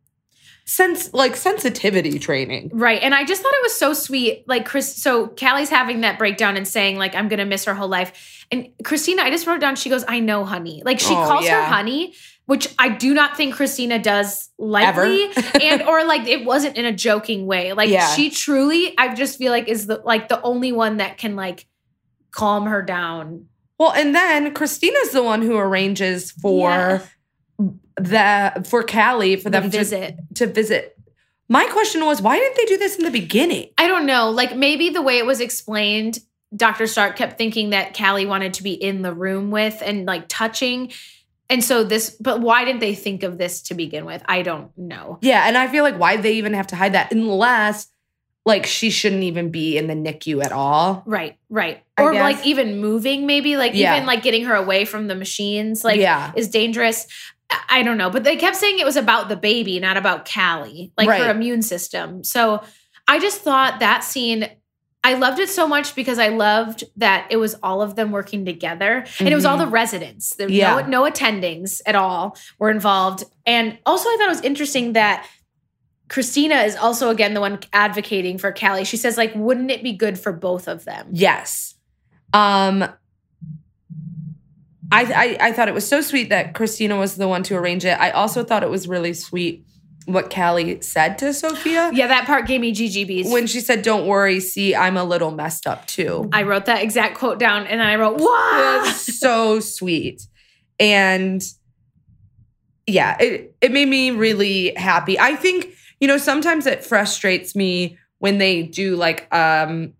A: sense like sensitivity training
B: Right. And I just thought it was so sweet. Like Chris so Callie's having that breakdown and saying, like, I'm gonna miss her whole life. And Christina, I just wrote down, she goes, I know, honey. Like she
A: Oh,
B: calls
A: yeah.
B: her honey, which I do not think Christina does lightly. and or like it wasn't in a joking way. Like
A: Yeah.
B: she truly, I just feel like is the like the only one that can like calm her down.
A: well and then christina's the one who arranges for the for callie for
B: For
A: them
B: the
A: to,
B: visit.
A: to visit my question was why didn't they do this in the beginning
B: I don't know. Like maybe the way it was explained, Dr. Stark kept thinking that Callie wanted to be in the room with and like touching. And so this, but why didn't they think of this to begin with? I don't know.
A: yeah and i feel like why they even have to hide that unless like she shouldn't even be in the nicu at all
B: Right, right.
A: I
B: Or
A: guess.
B: like even moving, maybe like
A: Yeah.
B: even like getting her away from the machines, like
A: yeah
B: is dangerous. I- I don't know. But they kept saying it was about the baby, not about Callie, like her
A: Right.
B: immune system. So I just thought that scene, I loved it so much because I loved that it was all of them working together. And it was all
A: Mhm.
B: the residents. There were
A: Yeah.
B: no, no attendings at all were involved. And also, I thought it was interesting that. Christina is also again the one advocating for Callie. She says, like, wouldn't it be good for both of them?
A: Yes. Um I, I I thought it was so sweet that Christina was the one to arrange it. I also thought it was really sweet what Callie said to Sophia
B: Yeah, that part gave me GGBs.
A: when she said, Don't worry, see, I'm a little messed up too.
B: I wrote that exact quote down and then I wrote, Wow.
A: That's so sweet. And yeah, it, it made me really happy. I think, you know, sometimes it frustrates me when they do like um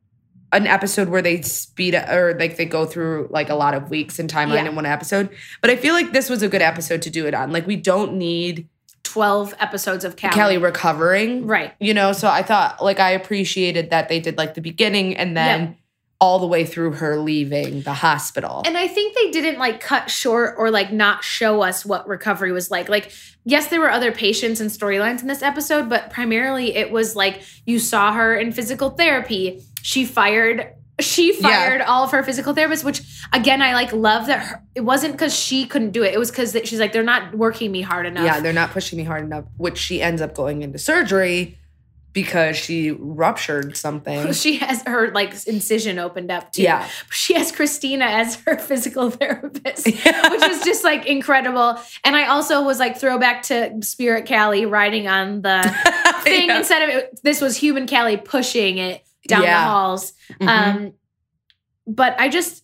A: an episode where they speed up or like they go through like a lot of weeks and timeline
B: Yeah.
A: in one episode. But I feel like this was a good episode to do it on. Like we don't need
B: 12 episodes of Callie.
A: Kelly recovering.
B: Right.
A: You know, so I thought like I appreciated that they did like the beginning and then
B: Yeah.
A: all the way through her leaving the hospital.
B: And I think they didn't like cut short or like not show us what recovery was like. Like, yes, there were other patients and storylines in this episode, but primarily it was like you saw her in physical therapy. She fired. She
A: Yeah.
B: fired all of her physical therapists, which again I like love that her, it wasn't because she couldn't do it. It was because she's like they're not working me hard enough.
A: Yeah, they're not pushing me hard enough, which she ends up going into surgery because she ruptured something.
B: she has her like incision opened up too.
A: Yeah.
B: She has Christina as her physical therapist, which is just like incredible. And I also was like throwback to Spirit Callie riding on the thing
A: Yeah.
B: instead of it, this was human Callie pushing it down
A: Yeah.
B: the halls.
A: Mhm.
B: Um, but I just,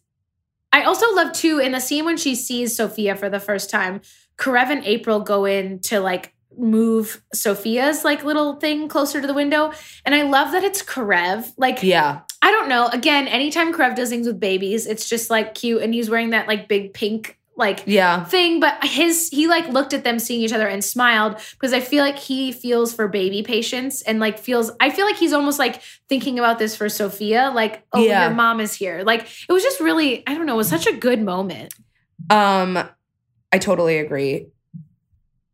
B: I also love too in the scene when she sees Sophia for the first time, Karev and April go in to like move Sophia's like little thing closer to the window. And I love that it's Karev. Like,
A: yeah.
B: I don't know. Again, anytime Karev does things with babies, it's just like cute. And he's wearing that like big pink, like,
A: Yeah.
B: thing but his he like looked at them seeing each other and smiled because i feel like he feels for baby patients and like feels i feel like he's almost like thinking about this for sophia like oh
A: Yeah.
B: your mom is here like it was just really i don't know it was such a good moment
A: Um, I totally agree.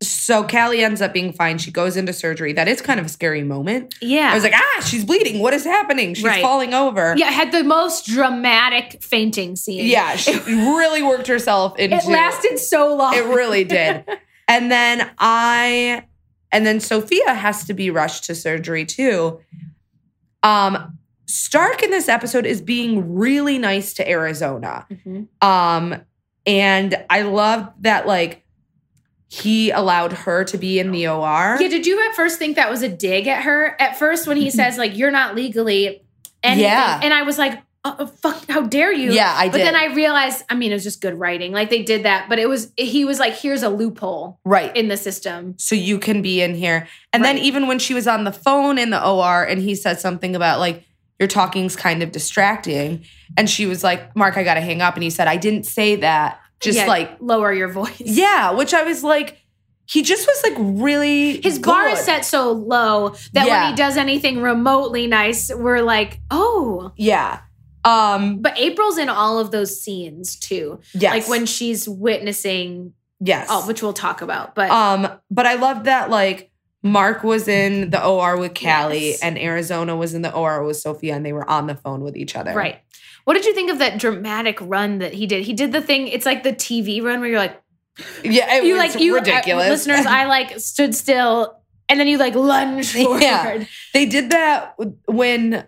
A: So Callie ends up being fine. She goes into surgery. That is kind of a scary moment.
B: yeah
A: I was like, ah, she's bleeding. What is happening? She's
B: Right.
A: falling over.
B: yeah it had the most dramatic fainting scene
A: Yeah. She really worked herself into
B: it lasted so long
A: It really did. And then I And then Sophia has to be rushed to surgery too. Um, Stark in this episode is being really nice to Arizona.
B: Mm-hmm.
A: Um, and I love that like he allowed her to be in the OR.
B: Yeah, did you at first think that was a dig at her? At first, when he says like you're not legally anything,
A: Mm-hmm. Yeah.
B: and I was like, oh, oh, "Fuck, how dare you?"
A: Yeah, I
B: But
A: did.
B: then I realized, I mean, it was just good writing. Like they did that, but it was he was like, "Here's a loophole
A: right.
B: in the system."
A: so you can be in here. And then
B: Right.
A: even when she was on the phone in the OR and he said something about like your talking's kind of distracting and she was like, "Mark, I got to hang up." And he said, "I didn't say that." Just
B: Yeah,
A: like
B: lower your voice.
A: yeah, which I was like he just was like really
B: His bar is
A: good.
B: set so low that
A: Yeah.
B: when he does anything remotely nice, we're like, "Oh."
A: Yeah. Um
B: But April's in all of those scenes too.
A: yes.
B: Like when she's witnessing,
A: yes.
B: oh, which we'll talk about. But
A: Um, but I love that like Mark was in the OR with Callie
B: Yes.
A: and Arizona was in the OR with Sophia and they were on the phone with each other.
B: Right. What did you think of that dramatic run that he did? He did the thing. It's like the TV run where you're like,
A: Yeah, it
B: you
A: was
B: like you
A: ridiculous.
B: I, listeners. I like stood still, and then you like lunge forward.
A: Yeah. they did that w- when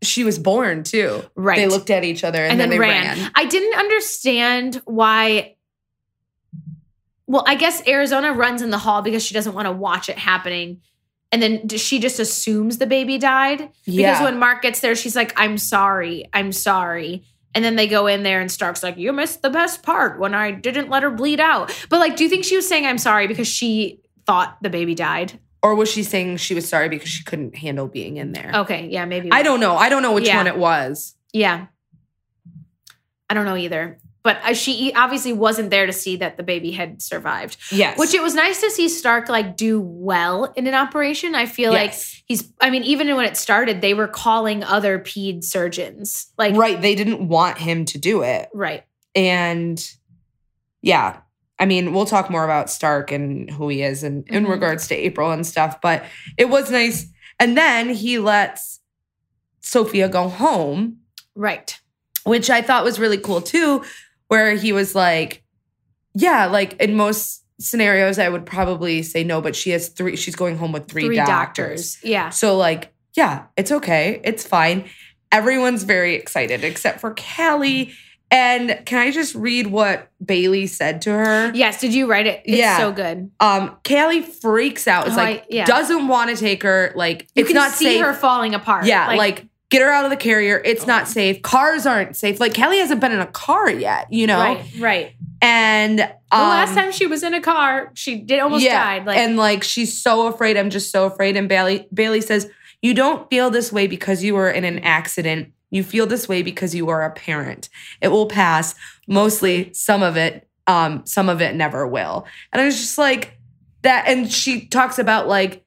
A: she was born too.
B: Right.
A: They looked at each other and,
B: and,
A: then,
B: then,
A: they
B: ran.
A: ran.
B: I didn't understand why. Well, I guess Arizona runs in the hall because she doesn't want to watch it happening. And then d- she just assumes the baby died. Because
A: Yeah.
B: when Mark gets there, she's like, I'm sorry. I'm sorry. And then they go in there and Stark's like, You missed the best part when I didn't let her bleed out. But like, do you think she was saying I'm sorry because she thought the baby died?
A: or was she saying she was sorry because she couldn't handle being in there?
B: Okay. Yeah, maybe.
A: I don't know. I don't know which
B: Oh. Yeah.
A: one it was.
B: Yeah. I don't know either. But uh, she obviously wasn't there to see that the baby had survived,
A: Yes.
B: which it was nice to see Stark like do well in an operation. I feel
A: Yes.
B: like he's, I mean, even when it started, they were calling other ped surgeons. Like,
A: right. They didn't want him to do it.
B: Right.
A: And yeah. I mean, we'll talk more about Stark and who he is and in
B: Mhm.
A: regards to April and stuff, but it was nice. And then he lets Sophia go home.
B: Right.
A: which I thought was really cool too, where he was like, yeah, like in most scenarios, I would probably say no, but she has three, she's going home with three, doctors.
B: Yeah.
A: So, like, yeah, it's okay. It's fine. Everyone's very excited except for Callie. And can I just read what Bailey said to her?
B: Yes. Did you write it? It's
A: Yeah.
B: so good.
A: Um, Callie freaks out. It's
B: Oh,
A: like,
B: I- yeah.
A: doesn't want to take her. Like,
B: You
A: it's
B: can
A: not
B: see
A: safe.
B: her falling apart.
A: Yeah, like, get her out of the carrier. It's
B: Oh.
A: not safe. Cars aren't safe. Like Kelly hasn't been in a car yet, you know.
B: right, right.
A: And um,
B: The last time she was in a car, she did almost died. Like,
A: and like she's so afraid. I'm just so afraid. And Bailey Bailey says, "You don't feel this way because you were in an accident. You feel this way because you are a parent. It will pass. Mostly, some of it, um, some of it never will." And I was just like that. And she talks about like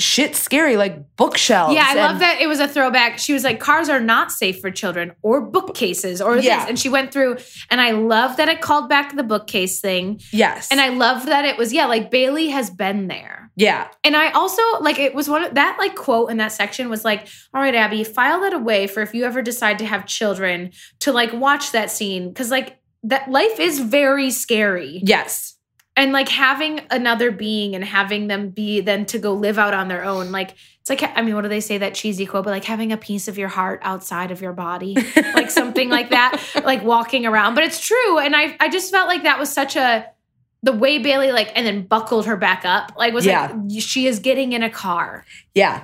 A: shit scary, like bookshelves.
B: yeah, I
A: and-
B: love that it was a throwback. She was like, cars are not safe for children or bookcases or
A: Yeah.
B: this. And she went through, and I love that it called back the bookcase thing.
A: Yes,
B: And I love that it was, yeah, like Bailey has been there.
A: yeah.
B: And I also like it was one of that like quote in that section was like, all right, Abby, file that away for if you ever decide to have children to like watch that scene. Cause like that life is very scary.
A: Yes.
B: And like having another being and having them be then to go live out on their own, like it's like I mean, what do they say that cheesy quote, but like having a piece of your heart outside of your body, like something like that, like walking around. But it's true. And I I just felt like that was such a the way Bailey like and then buckled her back up, like was
A: Yeah.
B: like she is getting in a car.
A: Yeah.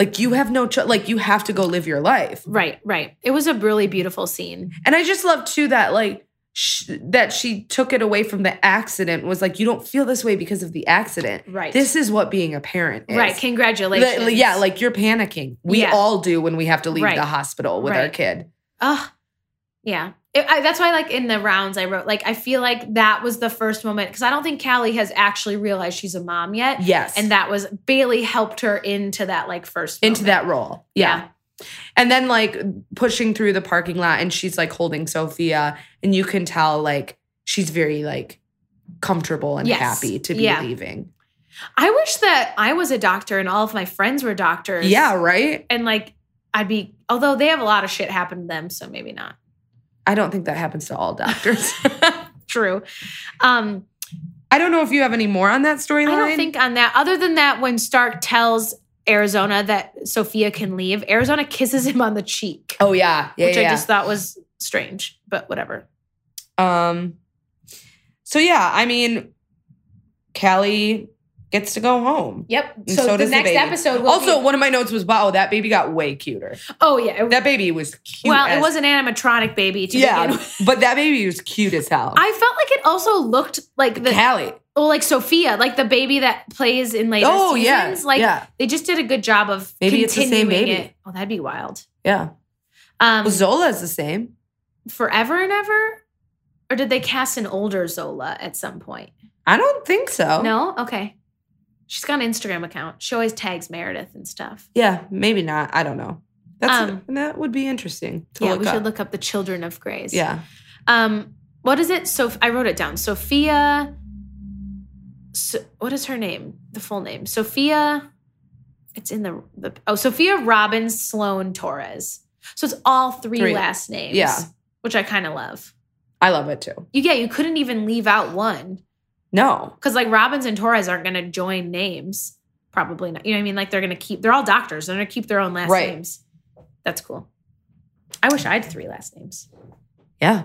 A: Like you have no cho- like you have to go live your life.
B: Right, right. It was a really beautiful scene.
A: And I just love too that like sh- that she took it away from the accident was like you don't feel this way because of the accident.
B: Right.
A: This is what being a parent is.
B: Right. Congratulations.
A: Li- yeah, like you're panicking. We
B: Yeah.
A: all do when we have to leave
B: Right.
A: the hospital with our
B: Right.
A: kid.
B: Oh, yeah. It- I, that's why, like in the rounds, I wrote like I feel like that was the first moment because I don't think Callie has actually realized she's a mom yet,
A: Yes.
B: and that was Bailey helped her into that like first
A: into
B: moment.
A: that role. yeah. And then like pushing through the parking lot and she's like holding Sophia and you can tell like she's very like comfortable and
B: Yes.
A: happy to be
B: Yeah.
A: leaving.
B: I wish that I was a doctor and all of my friends were doctors.
A: Yeah, right?
B: and like I'd be although they have a lot of shit happen to them, so maybe not.
A: I don't think that happens to all doctors.
B: True. Um,
A: I don't know if you have any more on that storyline.
B: I don't think on that. Other than that, when Stark tells Arizona that Sophia can leave, Arizona kisses him on the cheek,
A: Oh yeah, yeah,
B: which
A: yeah.
B: I just thought was strange, but whatever.
A: um. So yeah, I mean, Callie gets to go home.
B: Yep.
A: And
B: So,
A: so
B: the
A: does the
B: next
A: baby.
B: episode will
A: Also,
B: be-
A: one of my notes was, "Wow, that baby got way cuter.
B: oh yeah. It-
A: That baby was cute."
B: well,
A: as-
B: it was an animatronic baby to
A: Yeah,
B: begin with.
A: but that baby was cute as hell.
B: I felt like it also looked like the
A: Callie.
B: well, like Sophia, like the baby that plays in later
A: Oh yeah,
B: seasons. Like
A: yeah,
B: they just did a good job of
A: Maybe it's the same
B: continuing
A: baby.
B: it. Oh, that'd be wild.
A: yeah.
B: Um,
A: Well, Zola's the same.
B: forever and ever, or did they cast an older Zola at some point?
A: I don't think so.
B: No, okay. She's got an Instagram account. She always tags Meredith and stuff.
A: Yeah, maybe not. I don't know. That's
B: Um,
A: that would be interesting to
B: yeah,
A: look
B: we
A: up.
B: should look up the Children of Grace.
A: yeah,
B: Um, what is it? So I wrote it down. Sophia. So, what is her name? The full name. Sophia. It's in the, the oh Sophia Robin Sloan Torres. So it's all three,
A: Three.
B: last names.
A: Yeah.
B: which I kind of love.
A: I love it too.
B: You yeah, you couldn't even leave out one
A: No,
B: because like Robbins and Torres aren't going to join names. Probably not. You know what I mean? Like they're going to keep. They're all doctors. They're going to keep their own last
A: Right.
B: names. That's cool. I wish I had three last names.
A: yeah.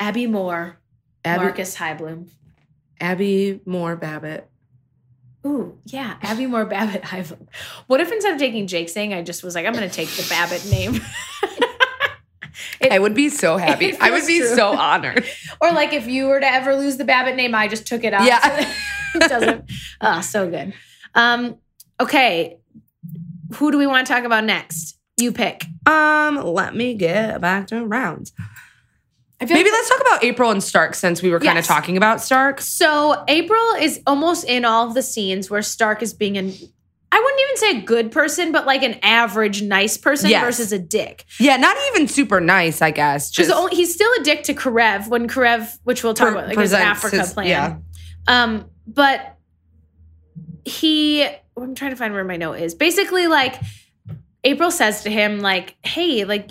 B: Abby Moore,
A: Abby,
B: Marcus Highbloom.
A: Abby Moore Babbitt.
B: Ooh, yeah, Abby Moore Babbitt Highbloom. What if instead of taking Jake's name, I just was like, I'm going to take the Babbitt name,
A: I would be so happy.
B: It
A: I would
B: feels
A: be
B: true.
A: so honored.
B: or like if you were to ever lose the Babbitt name, I just took it off.
A: Yeah.
B: it doesn't. Oh, so good. Um, okay, who do we want to talk about next? You pick.
A: Um, let me get back to rounds.
B: I feel
A: Maybe let's talk about April and Stark since we were kind of
B: Yes.
A: talking about Stark.
B: So April is almost in all of the scenes where Stark is being an I wouldn't even say a good person, but like an average nice person
A: Yes.
B: versus a dick.
A: Yeah, not even super nice, I guess.
B: Because
A: Just
B: only, he's still a dick to Karev when Karev, which we'll talk
A: Pre-
B: about, like his
A: presents
B: Africa
A: his-
B: plan.
A: yeah.
B: Um, but he I'm trying to find where my note is. Basically, like April says to him, like, hey, like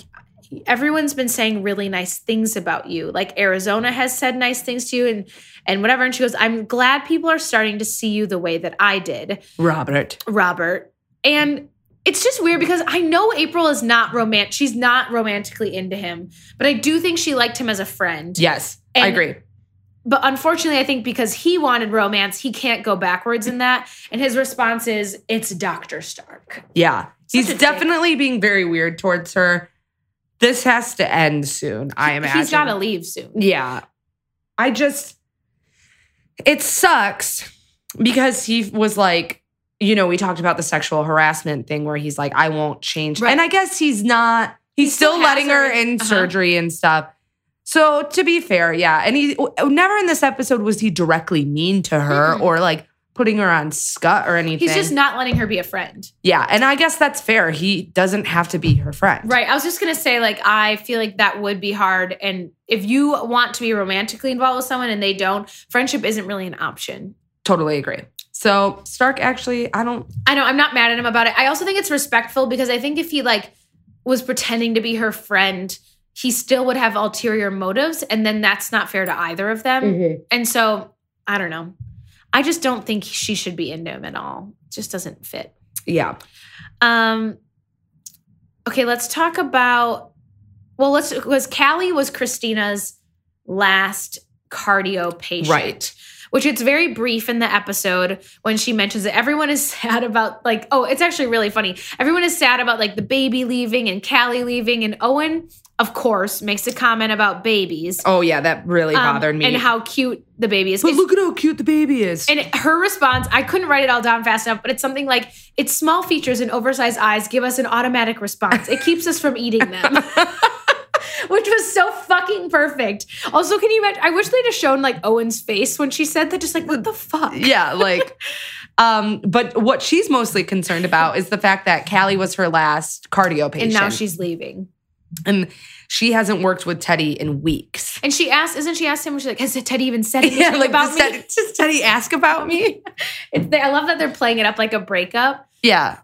B: everyone's been saying really nice things about you. Like Arizona has said nice things to you and and whatever. And she goes, I'm glad people are starting to see you the way that I did,
A: Robert.
B: Robert. And it's just weird because I know April is not romantic. She's not romantically into him, but I do think she liked him as a friend.
A: Yes, I
B: And-
A: agree.
B: But unfortunately, I think because he wanted romance, he can't go backwards in that. And his response is, it's Dr. Stark.
A: Yeah.
B: a
A: He's
B: dick.
A: definitely being very weird towards her. This has to end soon, I imagine.
B: He's got to leave soon.
A: Yeah. I just it sucks because he was like, you know, we talked about the sexual harassment thing where he's like, I won't change.
B: Right.
A: And I guess he's not, he's
B: still
A: still,
B: has
A: letting her
B: her-
A: in
B: uh-huh.
A: surgery and stuff. So to be fair, yeah. And he never in this episode was he directly mean to her
B: Mm-mm.
A: or like putting her on scut or anything.
B: He's just not letting her be a friend.
A: yeah. And I guess that's fair. He doesn't have to be her friend.
B: Right. I was just going to say, like, I feel like that would be hard. And if you want to be romantically involved with someone and they don't, friendship isn't really an option.
A: Totally agree. So Stark actually, I don't
B: I know I'm not mad at him about it. I also think it's respectful because I think if he, like, was pretending to be her friend, he still would have ulterior motives. And then that's not fair to either of them.
A: Mm-hmm.
B: And so I don't know. I just don't think she should be into him at all. It just doesn't fit.
A: yeah.
B: Um okay, let's talk about well, let's was Callie was Christina's last cardio patient.
A: Right.
B: Which it's very brief in the episode when she mentions that everyone is sad about like, oh, it's actually really funny. Everyone is sad about like the baby leaving and Callie leaving. And Owen, of course, makes a comment about babies.
A: Oh yeah, that really
B: um,
A: bothered me.
B: And how cute the baby is.
A: But
B: It's-
A: look at how cute the baby is.
B: And her response, I couldn't write it all down fast enough, but it's something like its small features and oversized eyes give us an automatic response. It keeps us from eating them. Which was so fucking perfect. Also, can you imagine? I wish they'd have shown like Owen's face when she said that, just like, what the fuck?
A: yeah, like um but what she's mostly concerned about is the fact that Callie was her last cardio
B: And
A: patient.
B: now she's leaving.
A: and she hasn't worked with Teddy in weeks.
B: And she asked, isn't she asked him, she's like, has Teddy even said anything
A: Yeah, like
B: about
A: does
B: me?
A: Teddy, does Teddy ask about me?
B: It's- they- I love that they're playing it up like a breakup.
A: Yeah,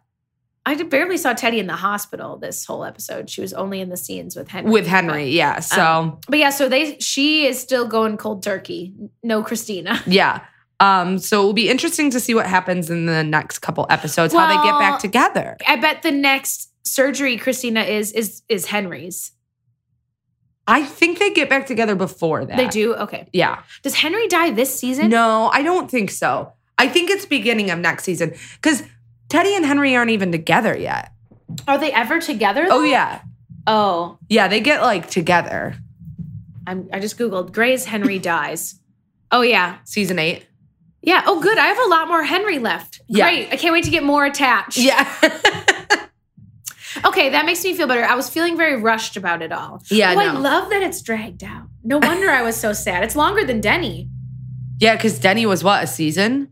B: I did- barely saw Teddy in the hospital this whole episode. She was only in the scenes with Henry.
A: with
B: but- um,
A: Henry. Yeah. So
B: But yeah, so they she is still going cold turkey. No Christina.
A: yeah. Um, so it will be interesting to see what happens in the next couple episodes, how they get
B: Well,
A: back together.
B: I bet the next surgery Christina is is is Henry's.
A: I think they get back together before that.
B: They do? Okay.
A: Yeah.
B: Does Henry die this season?
A: No, I don't think so. I think it's beginning of next season because Teddy and Henry aren't even together yet.
B: Are they ever together?
A: Oh,
B: though?
A: yeah.
B: Oh.
A: Yeah, they get like together.
B: I'm, I just Googled Gray's Henry dies. Oh, yeah.
A: Season eight.
B: Yeah. Oh, good. I have a lot more Henry left.
A: Yeah.
B: Great. I can't wait to get more attached.
A: Yeah.
B: Okay. That makes me feel better. I was feeling very rushed about it all.
A: yeah,
B: oh, I
A: no.
B: love that it's dragged out. No wonder I was so sad. It's longer than Denny.
A: yeah, because Denny was what, a season?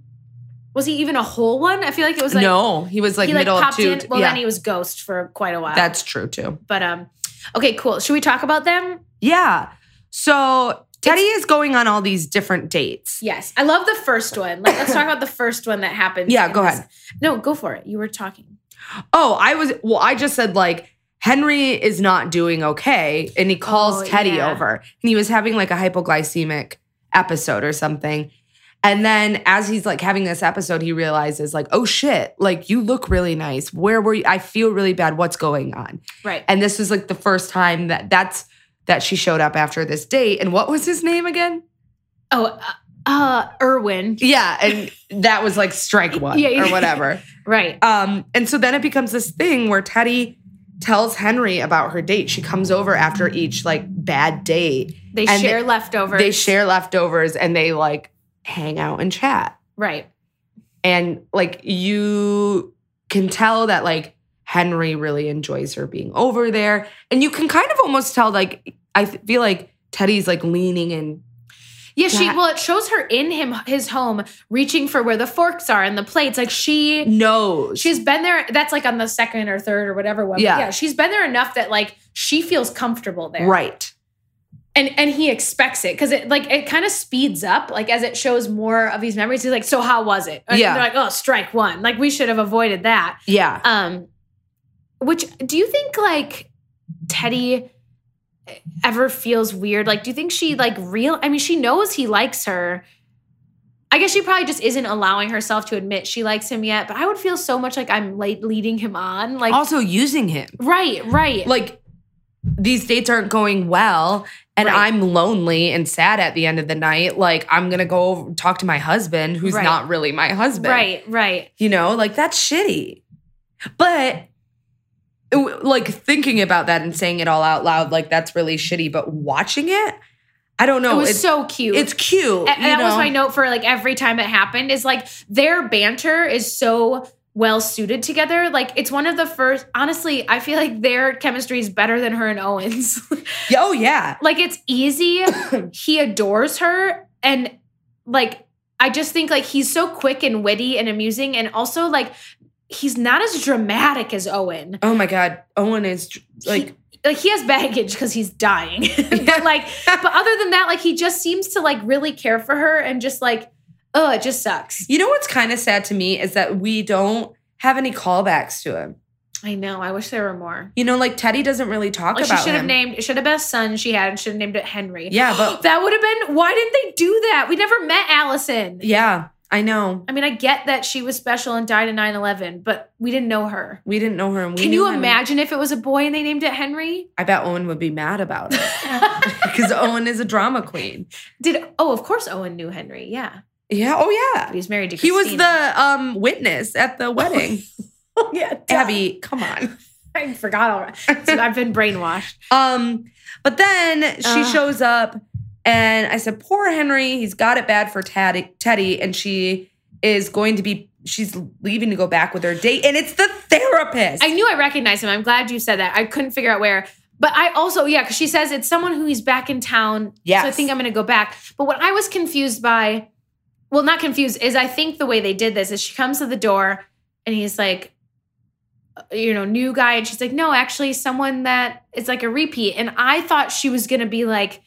B: Was he even a whole one? I feel like it was like
A: no, he was like
B: he
A: middle
B: like
A: of
B: popped
A: two.
B: in. Well,
A: yeah,
B: then he was ghost for quite a while.
A: that's true too.
B: but um, okay, cool. Should we talk about them?
A: Yeah. So Teddy is going on all these different dates.
B: Yes, I love the first one. Like, let's talk about the first one that happened.
A: Yeah,
B: in
A: go
B: this-
A: ahead.
B: No, go for it. You were talking.
A: Oh, I was well, I just said like Henry is not doing okay. And he calls
B: Oh,
A: Teddy
B: yeah.
A: over. And he was having like a hypoglycemic episode or something. And then as he's like having this episode, he realizes, like, oh shit, like you look really nice. Where were you? I feel really bad. What's going on?
B: Right.
A: And this was like the first time that that's that she showed up after this date. And what was his name again?
B: Oh, uh, uh, Irwin.
A: Yeah. And that was like strike one
B: Yeah, yeah.
A: or whatever.
B: Right.
A: Um, and so then it becomes this thing where Teddy tells Henry about her date. She comes over after each like bad date.
B: They
A: And
B: share
A: they-
B: leftovers.
A: They share leftovers and they like hang out and chat.
B: Right.
A: And like you can tell that like Henry really enjoys her being over there. And you can kind of almost tell like I feel like Teddy's like leaning in.
B: Yeah, she
A: That-
B: well, it shows her in him his home reaching for where the forks are and the plates. Like she
A: knows.
B: she's been there. That's like on the second or third or whatever one. But
A: Yeah.
B: yeah, she's been there enough that like she feels comfortable there.
A: right.
B: And and he expects it because it like it kind of speeds up like as it shows more of these memories. He's like, so how was it? And
A: Yeah.
B: They're like, oh, strike one. Like we should have avoided that.
A: Yeah.
B: Um, which do you think like Teddy ever feels weird? Like, do you think she like real? I mean, she knows he likes her. I guess she probably just isn't allowing herself to admit she likes him yet. But I would feel so much like I'm late leading him on. Like,
A: also using him.
B: right, right,
A: like these dates aren't going well and
B: Right.
A: I'm lonely and sad at the end of the night. Like I'm gonna go over- talk to my husband, who's
B: Right.
A: not really my husband.
B: right, right.
A: You know, like that's shitty. But it w- like thinking about that and saying it all out loud, like that's really shitty. But watching it, I don't know.
B: it was
A: it's
B: so cute.
A: it's cute.
B: A- and
A: you
B: that was
A: know?
B: my note for like every time it happened is like their banter is so well suited together. Like it's one of the first. Honestly, I feel like their chemistry is better than her and Owens.
A: Yeah, Oh yeah.
B: like it's easy. he adores her, and like I just think like he's so quick and witty and amusing, and also like he's not as dramatic as Owen.
A: Oh my god. Owen is tr- like
B: He- like he has baggage because he's dying. but like, but other than that, like he just seems to like really care for her and just like, oh, it just sucks.
A: you know what's kind of sad to me is that we don't have any callbacks to him.
B: I know. I wish there were more.
A: You know, like Teddy doesn't really talk
B: Like Oh, she
A: about
B: should have
A: him.
B: named. It should have been a son she had. and Should have named it Henry.
A: Yeah, but
B: That would have been. Why didn't they do that? We never met Allison.
A: yeah, I know.
B: I mean, I get that she was special and died in 9 11, but we didn't know her.
A: We didn't know her. And we
B: Can
A: knew
B: you
A: him.
B: imagine if it was a boy and they named it Henry?
A: I bet Owen would be mad about it because Owen is a drama queen.
B: Did oh, of course Owen knew Henry. Yeah,
A: Yeah. Oh yeah.
B: but he's married to.
A: He was
B: Christina. Oh,
A: the um witness at the wedding.
B: yeah. duh.
A: Abby, come on.
B: I forgot already. So I've been brainwashed.
A: Um, but then she
B: Ugh.
A: shows up, and I said, "Poor Henry. He's got it bad for Teddy. Teddy, and she is going to be." She's leaving to go back with her date, and it's the therapist.
B: I knew I recognized him. I'm glad you said that. I couldn't figure out where. But I also, yeah, because she says it's someone who he's back in town.
A: Yes.
B: So I think I'm going to go back. But what I was confused by, well, not confused, is I think the way they did this is she comes to the door and he's like, uh, you know, new guy. And she's like, no, actually, someone that is like a repeat. And I thought she was going to be like,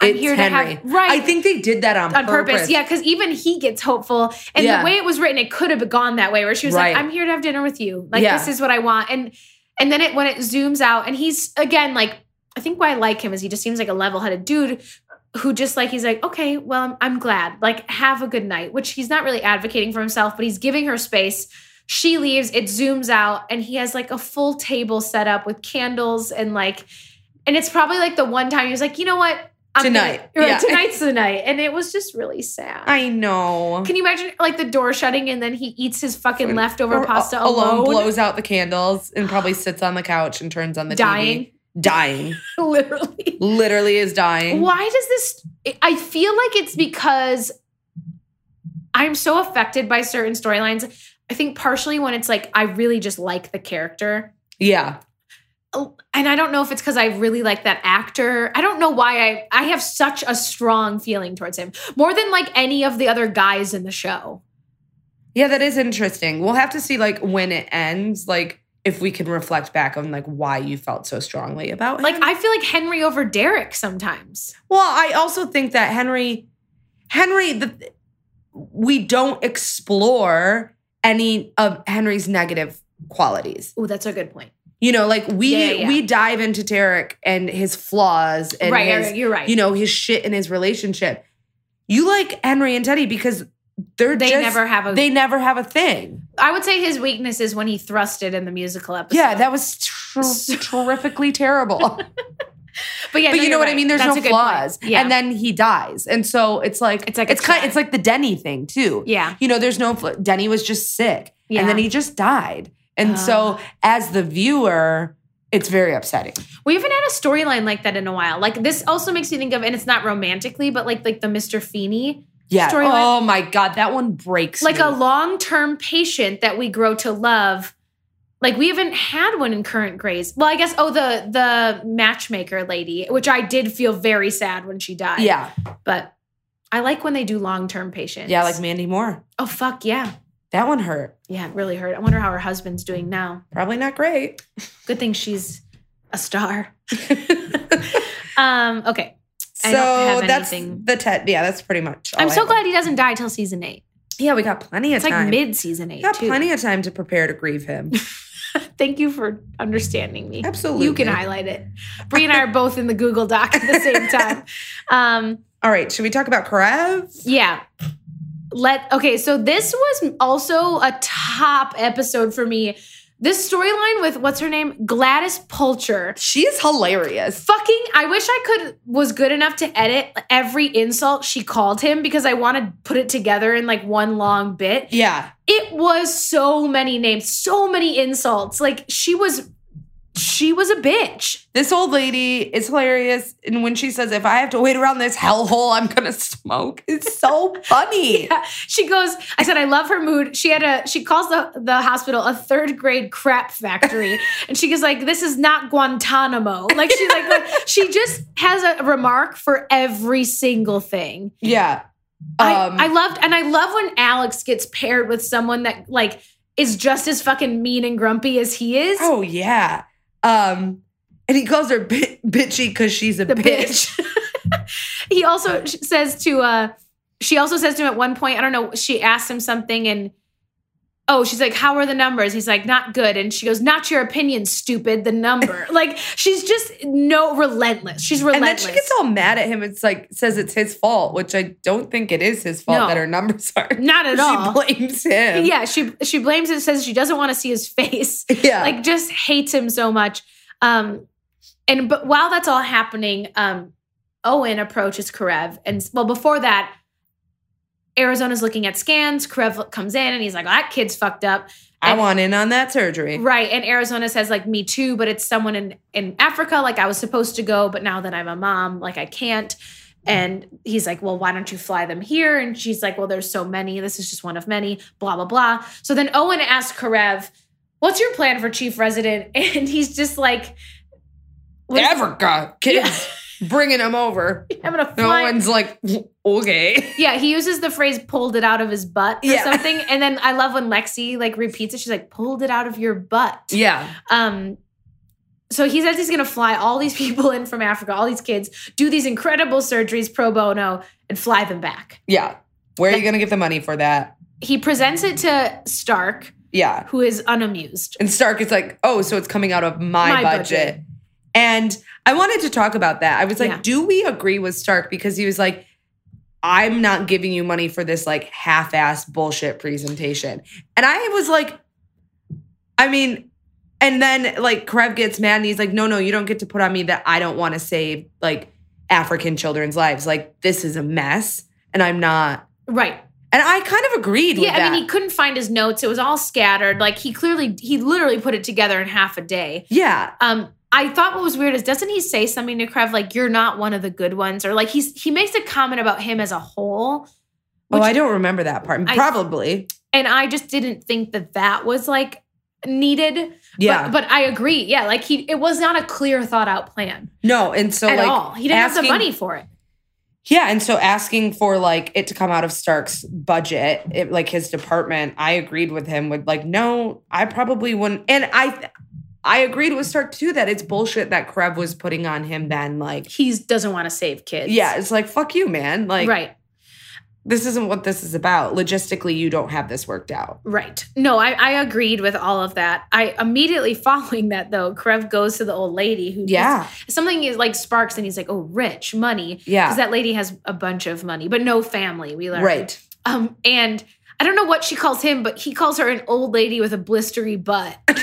B: I'm
A: It's
B: here
A: Henry.
B: to have. Right.
A: I think they did that on,
B: on purpose. Yeah, because even he gets hopeful. And
A: Yeah.
B: the way it was written, it could have gone that way, where she was
A: Right.
B: like, "I'm here to have dinner with you. Like
A: Yeah.
B: this is what I want." And and then it when it zooms out, and he's again like, I think why I like him is he just seems like a level headed dude who just like he's like, okay, well, I'm, I'm glad. Like, have a good night, which he's not really advocating for himself, but he's giving her space. She leaves, it zooms out, and he has like a full table set up with candles and like, and it's probably like the one time he was like, you know what? gonna-
A: Tonight.
B: right,
A: Yeah.
B: tonight's the night. And it was just really sad.
A: I know.
B: Can you imagine like the door shutting and then he eats his fucking
A: Or-
B: leftover
A: or
B: pasta
A: a-
B: alone?
A: blows out the candles, and probably sits on the couch and turns on the
B: dying,
A: TV. Dying.
B: literally.
A: Literally is dying.
B: Why does this? I feel like it's because I'm so affected by certain storylines. I think partially when it's like I really just like the character.
A: Yeah.
B: Oh, And I don't know if it's because I really like that actor. I don't know why I I have such a strong feeling towards him. More than like any of the other guys in the show.
A: Yeah, that is interesting. We'll have to see like when it ends, like if we can reflect back on like why you felt so strongly about
B: Like
A: him.
B: I feel like Henry over Derek sometimes.
A: Well, I also think that Henry, Henry, the, we don't explore any of Henry's negative qualities.
B: Oh, that's a good point.
A: You know, like we
B: Yeah, yeah, yeah.
A: we dive into Tarek and his flaws and
B: right,
A: his,
B: right, you're right.
A: you know, his shit in his relationship. You like Henry and Teddy because they're
B: they
A: just-
B: never have a.
A: they never have a thing.
B: I would say his weakness is when he thrusted in the musical episode.
A: Yeah, that was ter- terrifically terrible.
B: But yeah, no,
A: but you
B: you're
A: know what I
B: right.
A: mean. There's
B: That's a
A: no
B: good point.
A: flaws,
B: Yeah.
A: and then he dies, and so it's like
B: It's like a
A: it's kind,
B: trap.
A: it's like the Denny thing too.
B: yeah.
A: You know, there's no fl- Denny was just sick,
B: Yeah.
A: and then he just died, and so as the viewer, it's very upsetting.
B: We haven't had a storyline like that in a while. Like this also makes you think of, and it's not romantically, but like like the Mr. Feeney.
A: Yeah.
B: Storyline-
A: Oh my god, that one breaks
B: Like
A: me.
B: a long-term patient that we grow to love. Like we haven't had one in current grades. Well, I guess, oh, the the matchmaker lady, which I did feel very sad when she died.
A: yeah,
B: But I like when they do long-term patients.
A: yeah, like Mandy Moore.
B: oh fuck yeah.
A: That one hurt.
B: Yeah, it really hurt. I wonder how her husband's doing now.
A: Probably not great.
B: Good thing she's a star. um, okay.
A: So
B: I don't have
A: that's
B: anything.
A: the Ted. Yeah, that's pretty much. all
B: I'm
A: Oh, I
B: so
A: have.
B: glad he doesn't die till season eight.
A: Yeah, we got plenty of
B: It's like
A: time.
B: mid season eight.
A: we got
B: too.
A: plenty of time to prepare to grieve him.
B: Thank you for understanding me.
A: Absolutely.
B: You can highlight it. Bree and I are both in the Google Doc at the same time. Um,
A: All right, should we talk about Karev?
B: yeah. Let okay, so this was also a top episode for me. This storyline with what's her name? Gladys Pulcher.
A: She's hilarious.
B: Fucking, I wish I could was good enough to edit every insult she called him because I want to put it together in like one long bit.
A: Yeah.
B: it was so many names, so many insults. Like she was she was a bitch.
A: This old lady is hilarious. And when she says, if I have to wait around this hellhole, I'm going to smoke, it's so funny.
B: She goes, I said I love her mood. She had a she calls the the hospital a third grade crap factory. and she goes like this is not Guantanamo. Like she's like, like she just has a remark for every single thing.
A: Yeah. Um,
B: I, I loved and I love when Alex gets paired with someone that like is just as fucking mean and grumpy as he is.
A: oh, yeah. Um, and he calls her bi- bitchy because she's a
B: the
A: bitch.
B: bitch. he also sh- says to uh she also says to him at one point, I don't know, she asks him something and oh, she's like, How are the numbers? He's like, not good. And she goes, Not your opinion, stupid, the number. like she's just no relentless. She's
A: And then
B: relentless.
A: she gets all mad at him. It's like, says it's his fault, which I don't think it is his fault
B: No.
A: that her numbers are.
B: not at all.
A: She blames him.
B: yeah, she she blames it, says she doesn't want to see his face.
A: Yeah.
B: like just hates him so much. Um, and but while that's all happening, um, Owen approaches Karev, and well, before that, Arizona's looking at scans. Karev comes in, and he's like, "That kid's fucked up."
A: I want in on that surgery.
B: Right. And Arizona says, like, me too, but it's someone in, in Africa. Like, I was supposed to go, but now that I'm a mom, like, I
A: Mm.
B: can't. And he's like, well, why don't you fly them here? And she's like, well, there's so many. This is just one of many, blah, blah, blah. So then Owen asks Karev, what's your plan for chief resident? And he's just like, what is-
A: Africa kids bringing him over.
B: I'm going to
A: No
B: fly.
A: one's like, okay.
B: yeah, he uses the phrase pulled it out of his butt or
A: Yeah.
B: something. And then I love when Lexi like repeats it. She's like, pulled it out of your butt.
A: Yeah.
B: Um, so he says he's going to fly all these people in from Africa, all these kids, do these incredible surgeries pro bono, and fly them back.
A: Yeah. Where are you going to get the money for that?
B: He presents it to Stark,
A: Yeah.
B: who is unamused.
A: And Stark is like, oh, so it's coming out of
B: My
A: my,
B: budget.
A: budget. And I wanted to talk about that. I was like,
B: Yeah.
A: do we agree with Stark? Because he was like, I'm not giving you money for this like half ass bullshit presentation. And I was like, I mean, and then like Karev gets mad and he's like, no, no, you don't get to put on me that I don't want to save like African children's lives. Like, this is a mess and I'm not.
B: Right.
A: And I kind of agreed with
B: Yeah, I
A: that.
B: mean, he couldn't find his notes. It was all scattered. Like he clearly, he literally put it together in half a day.
A: yeah.
B: Um, I thought what was weird is doesn't he say something to Krev like you're not one of the good ones or like he's he makes a comment about him as a whole,
A: Oh,
B: Which-
A: I don't remember that part.
B: I-
A: Probably.
B: and I just didn't think that that was like needed.
A: Yeah.
B: but, but I agree. Yeah, like he it was not a clear thought out plan
A: no. And so
B: at
A: like
B: all. He didn't have the
A: asking-
B: money for it.
A: Yeah, and so asking for like it to come out of Stark's budget, it, like his department, I agreed with him with like, no, I probably wouldn't. And I, I agreed with Stark too that it's bullshit that Krev was putting on him. Then like,
B: He doesn't want to save kids.
A: yeah, it's like fuck you, man. Like,
B: right.
A: this isn't what this is about. Logistically, you don't have this worked out.
B: Right. No, I, I agreed with all of that. I immediately following that though, Krev goes to the old lady who
A: Yeah,
B: something is like sparks and he's like, Oh, rich, money.
A: yeah,
B: Because that lady has a bunch of money, but no family, we learned.
A: right.
B: Um, and I don't know what she calls him, but he calls her an old lady with a blistery butt.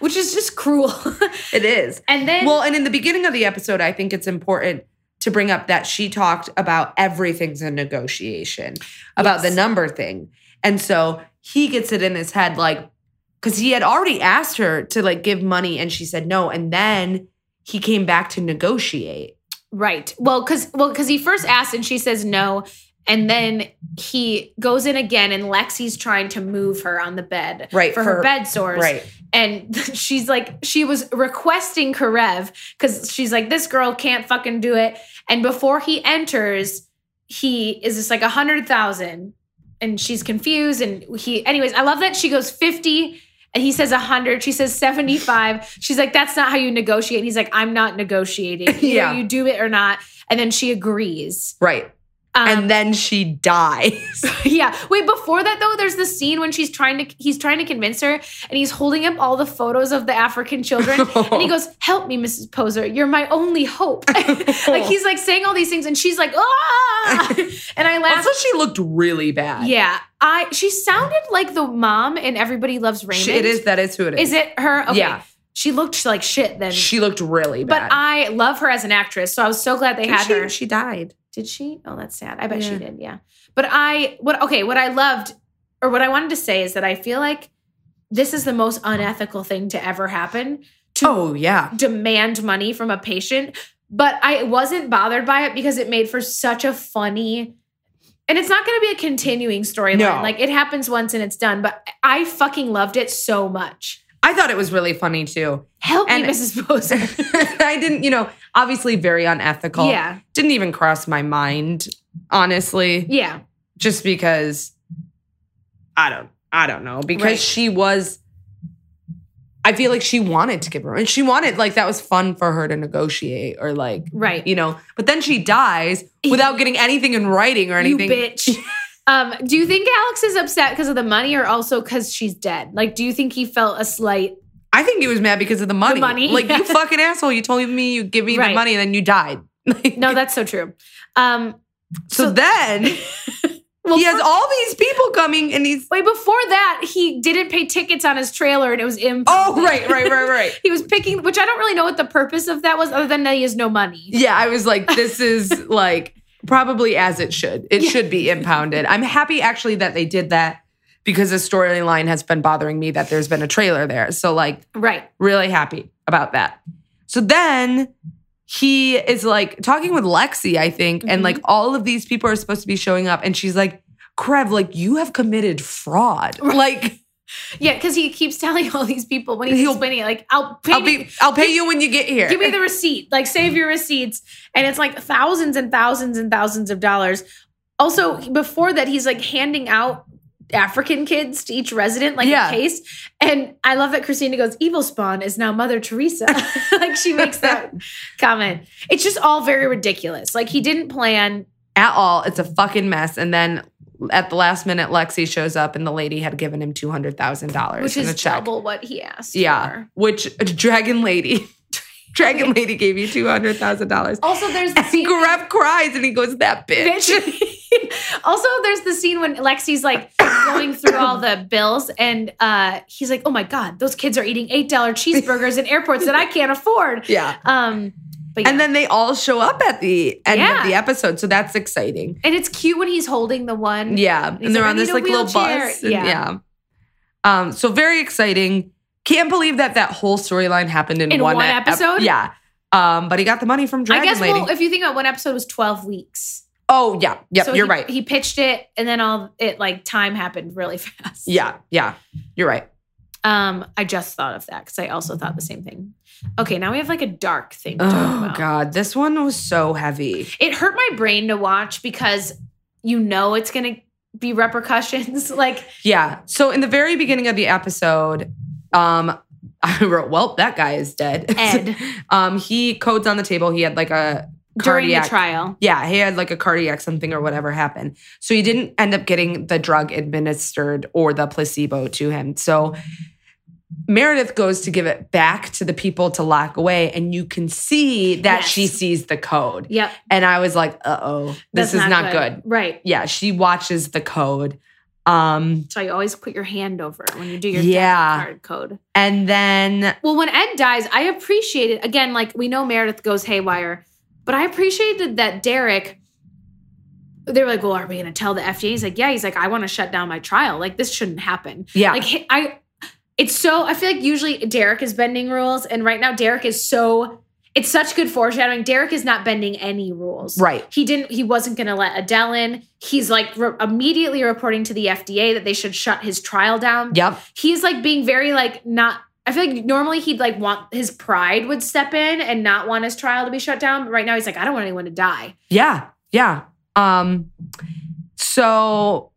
B: Which is just cruel.
A: It is.
B: and then
A: Well, and in the beginning of the episode, I think it's important to bring up that she talked about everything's a negotiation, about
B: Yes.
A: the number thing. And so he gets it in his head, like, because he had already asked her to like give money and she said no. And then he came back to negotiate.
B: Right. Well, because well, because he first asked and she says no, and then he goes in again and Lexi's trying to move her on the bed
A: Right,
B: for, her,
A: for-
B: bed sores,
A: Right.
B: and she's like she was requesting Karev because she's like this girl can't fucking do it, and before he enters, he is just like a hundred thousand, and she's confused, and he anyways, I love that she goes fifty. And he says 100. She says 75. She's like, that's not how you negotiate. And he's like, I'm not negotiating. Either
A: Yeah.
B: You do it or not. And then she agrees.
A: Right.
B: Um,
A: and then she dies.
B: yeah. Wait, before that though, there's the scene when she's trying to he's trying to convince her and he's holding up all the photos of the African children. and he goes, Help me, Mrs. Poser. You're my only hope. like he's like saying all these things and she's like, ah and I laugh.
A: also, she looked really bad.
B: yeah. I she sounded like the mom in Everybody Loves Raymond.
A: She- it is. That is who it is.
B: Is it her? Okay.
A: Yeah.
B: She looked like shit then.
A: She looked really
B: but
A: bad.
B: I love her as an actress, so I was so glad they
A: And
B: had
A: she,
B: her.
A: She died.
B: Did she? Oh, that's sad. I bet she
A: Yeah.
B: did. Yeah. But I what okay, what I loved or what I wanted to say is that I feel like this is the most unethical thing to ever happen.
A: Oh, yeah.
B: Demand money from a patient, but I wasn't bothered by it because it made for such a funny and it's not going to be a continuing storyline.
A: No.
B: Like it happens once and it's done, but I fucking loved it so much.
A: I thought it was really funny too.
B: Help
A: And-
B: me, Mrs. Poser.
A: I didn't, you know, obviously very unethical.
B: yeah.
A: Didn't even cross my mind, honestly,
B: Yeah.
A: just because I don't I don't know because
B: Right.
A: she was I feel like she wanted to give her and she wanted like that was fun for her to negotiate or like
B: Right.
A: you know, but then she dies without getting anything in writing or anything.
B: You bitch. um, do you think Alex is upset because of the money or also because she's dead? Like, do you think he felt a slight?
A: I think he was mad because of the money.
B: money,
A: Like
B: yeah.
A: you fucking asshole, you told me you give me
B: Right.
A: the money and then you died. Like,
B: No, that's so true. Um,
A: so,
B: so-
A: then
B: well,
A: he has all these people coming and he's
B: wait, before that, he didn't pay tickets on his trailer and it was imp.
A: Oh, right, right, right, right.
B: He was picking, which I don't really know what the purpose of that was, other than that he has no money.
A: Yeah, I was like, this is like probably as it should. It
B: Yeah.
A: should be impounded. I'm happy actually that they did that because the storyline has been bothering me that there's been a trailer there. So, like,
B: Right.
A: really happy about that. So then he is like talking with Lexi, I think, and like all of these people are supposed to be showing up. And she's like, Krev, like, you have committed fraud. Like,
B: Yeah, because he keeps telling all these people when he's
A: He'll-
B: explaining it, like, I'll pay.
A: I'll
B: me-
A: be, I'll pay you when you get here.
B: Give me the receipt. Like, save your receipts. And it's like thousands and thousands and thousands of dollars. Also, before that, he's like handing out African kids to each resident, like a
A: Yeah.
B: case. And I love that Christina goes, Evil Spawn is now Mother Teresa. like, she makes that comment. It's just all very ridiculous. Like, he didn't plan.
A: at all. It's a fucking mess. And then at the last minute, Lexi shows up and the lady had given him two hundred thousand dollars
B: Which
A: in a
B: is
A: check.
B: double what he asked.
A: yeah,
B: for.
A: which dragon lady. Dragon Lady gave you two hundred thousand dollars.
B: Also, there's the scene.
A: Grab cries and he goes, "That bitch."
B: also, there's the scene when Lexi's like going through all the bills, and uh, he's like, "Oh my god, those kids are eating eight dollar cheeseburgers in airports that I can't afford."
A: Yeah.
B: Um, but yeah.
A: And then they all show up at the end
B: Yeah.
A: of the episode, so that's exciting.
B: and it's cute when he's holding the one.
A: Yeah, and,
B: He's
A: they're
B: like,
A: on
B: "I
A: this
B: need a
A: like little
B: wheelchair."
A: bus. and-
B: Yeah.
A: yeah. Um. So very exciting. Can't believe that that whole storyline happened in,
B: In one
A: e- ep-
B: episode?
A: yeah. Um. But he got the money from Dragon
B: I guess.
A: Lady.
B: Well, if you think about one episode was twelve weeks.
A: oh yeah. Yep.
B: So
A: you're
B: he-
A: right.
B: He pitched it, and then all it like time happened really fast.
A: yeah. Yeah. You're right.
B: Um, I just thought of that because I also thought the same thing. Okay, now we have like a dark thing. To talk
A: Oh
B: about.
A: god, this one was so heavy.
B: It hurt my brain to watch because you know it's gonna be repercussions. like
A: Yeah. So in the very beginning of the episode, um, I wrote, "Well, that guy is dead."
B: Ed
A: um, he codes on the table. He had like a
B: during the
A: cardiac-
B: trial.
A: Yeah, he had like a cardiac something or whatever happened. So he didn't end up getting the drug administered or the placebo to him. So Meredith goes to give it back to the people to lock away, and you can see that
B: Yes.
A: she sees the code.
B: Yep.
A: And I was like, "Uh oh, this
B: that's
A: is not, good.
B: Right.
A: Yeah, she watches the code. Um,
B: So you always put your hand over it when you do your
A: Yeah.
B: debit card code.
A: and then
B: Well, when Ed dies, I appreciated again, like we know Meredith goes haywire, but I appreciated that Derek. They were like, "Well, are we going to tell the FDA?" He's like, "Yeah." He's like, "I want to shut down my trial. Like this shouldn't happen."
A: yeah,
B: Like he- I, it's so. I feel like usually Derek is bending rules, and right now Derek is so. It's such good foreshadowing. Derek is not bending any rules.
A: right.
B: He didn't. He wasn't going to let Adele in. He's like re- immediately reporting to the FDA that they should shut his trial down
A: Yep.
B: he's like being very like not I feel like normally he'd like want his pride would step in and not want his trial to be shut down, but right now he's like I don't want anyone to die.
A: Yeah. Yeah. Um so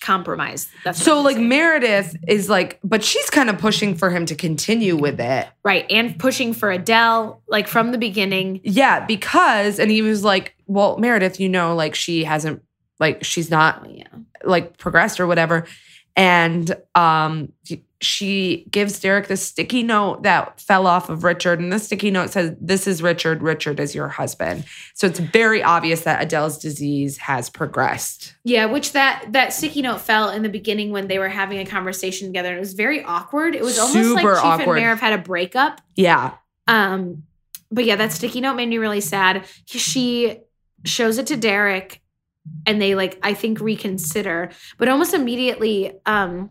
B: Compromise. That's what
A: so
B: I'm
A: like
B: saying.
A: Meredith is like but she's kind of pushing for him to continue with it.
B: right and pushing for Adele like from the beginning.
A: Yeah, because and he was like, "Well, Meredith, you know like she hasn't like she's not
B: Oh yeah.
A: like progressed or whatever. And um she gives Derek this sticky note that fell off of Richard. And the sticky note says, This is Richard. Richard is your husband. So it's very obvious that Adele's disease has progressed.
B: Yeah, which that that sticky note fell in the beginning when they were having a conversation together. and It was very awkward. It was almost like
A: Super
B: Chief
A: awkward.
B: and Mayor have had a breakup.
A: Yeah.
B: Um, but yeah, that sticky note made me really sad. She shows it to Derek, and they like I think reconsider, but almost immediately. Um,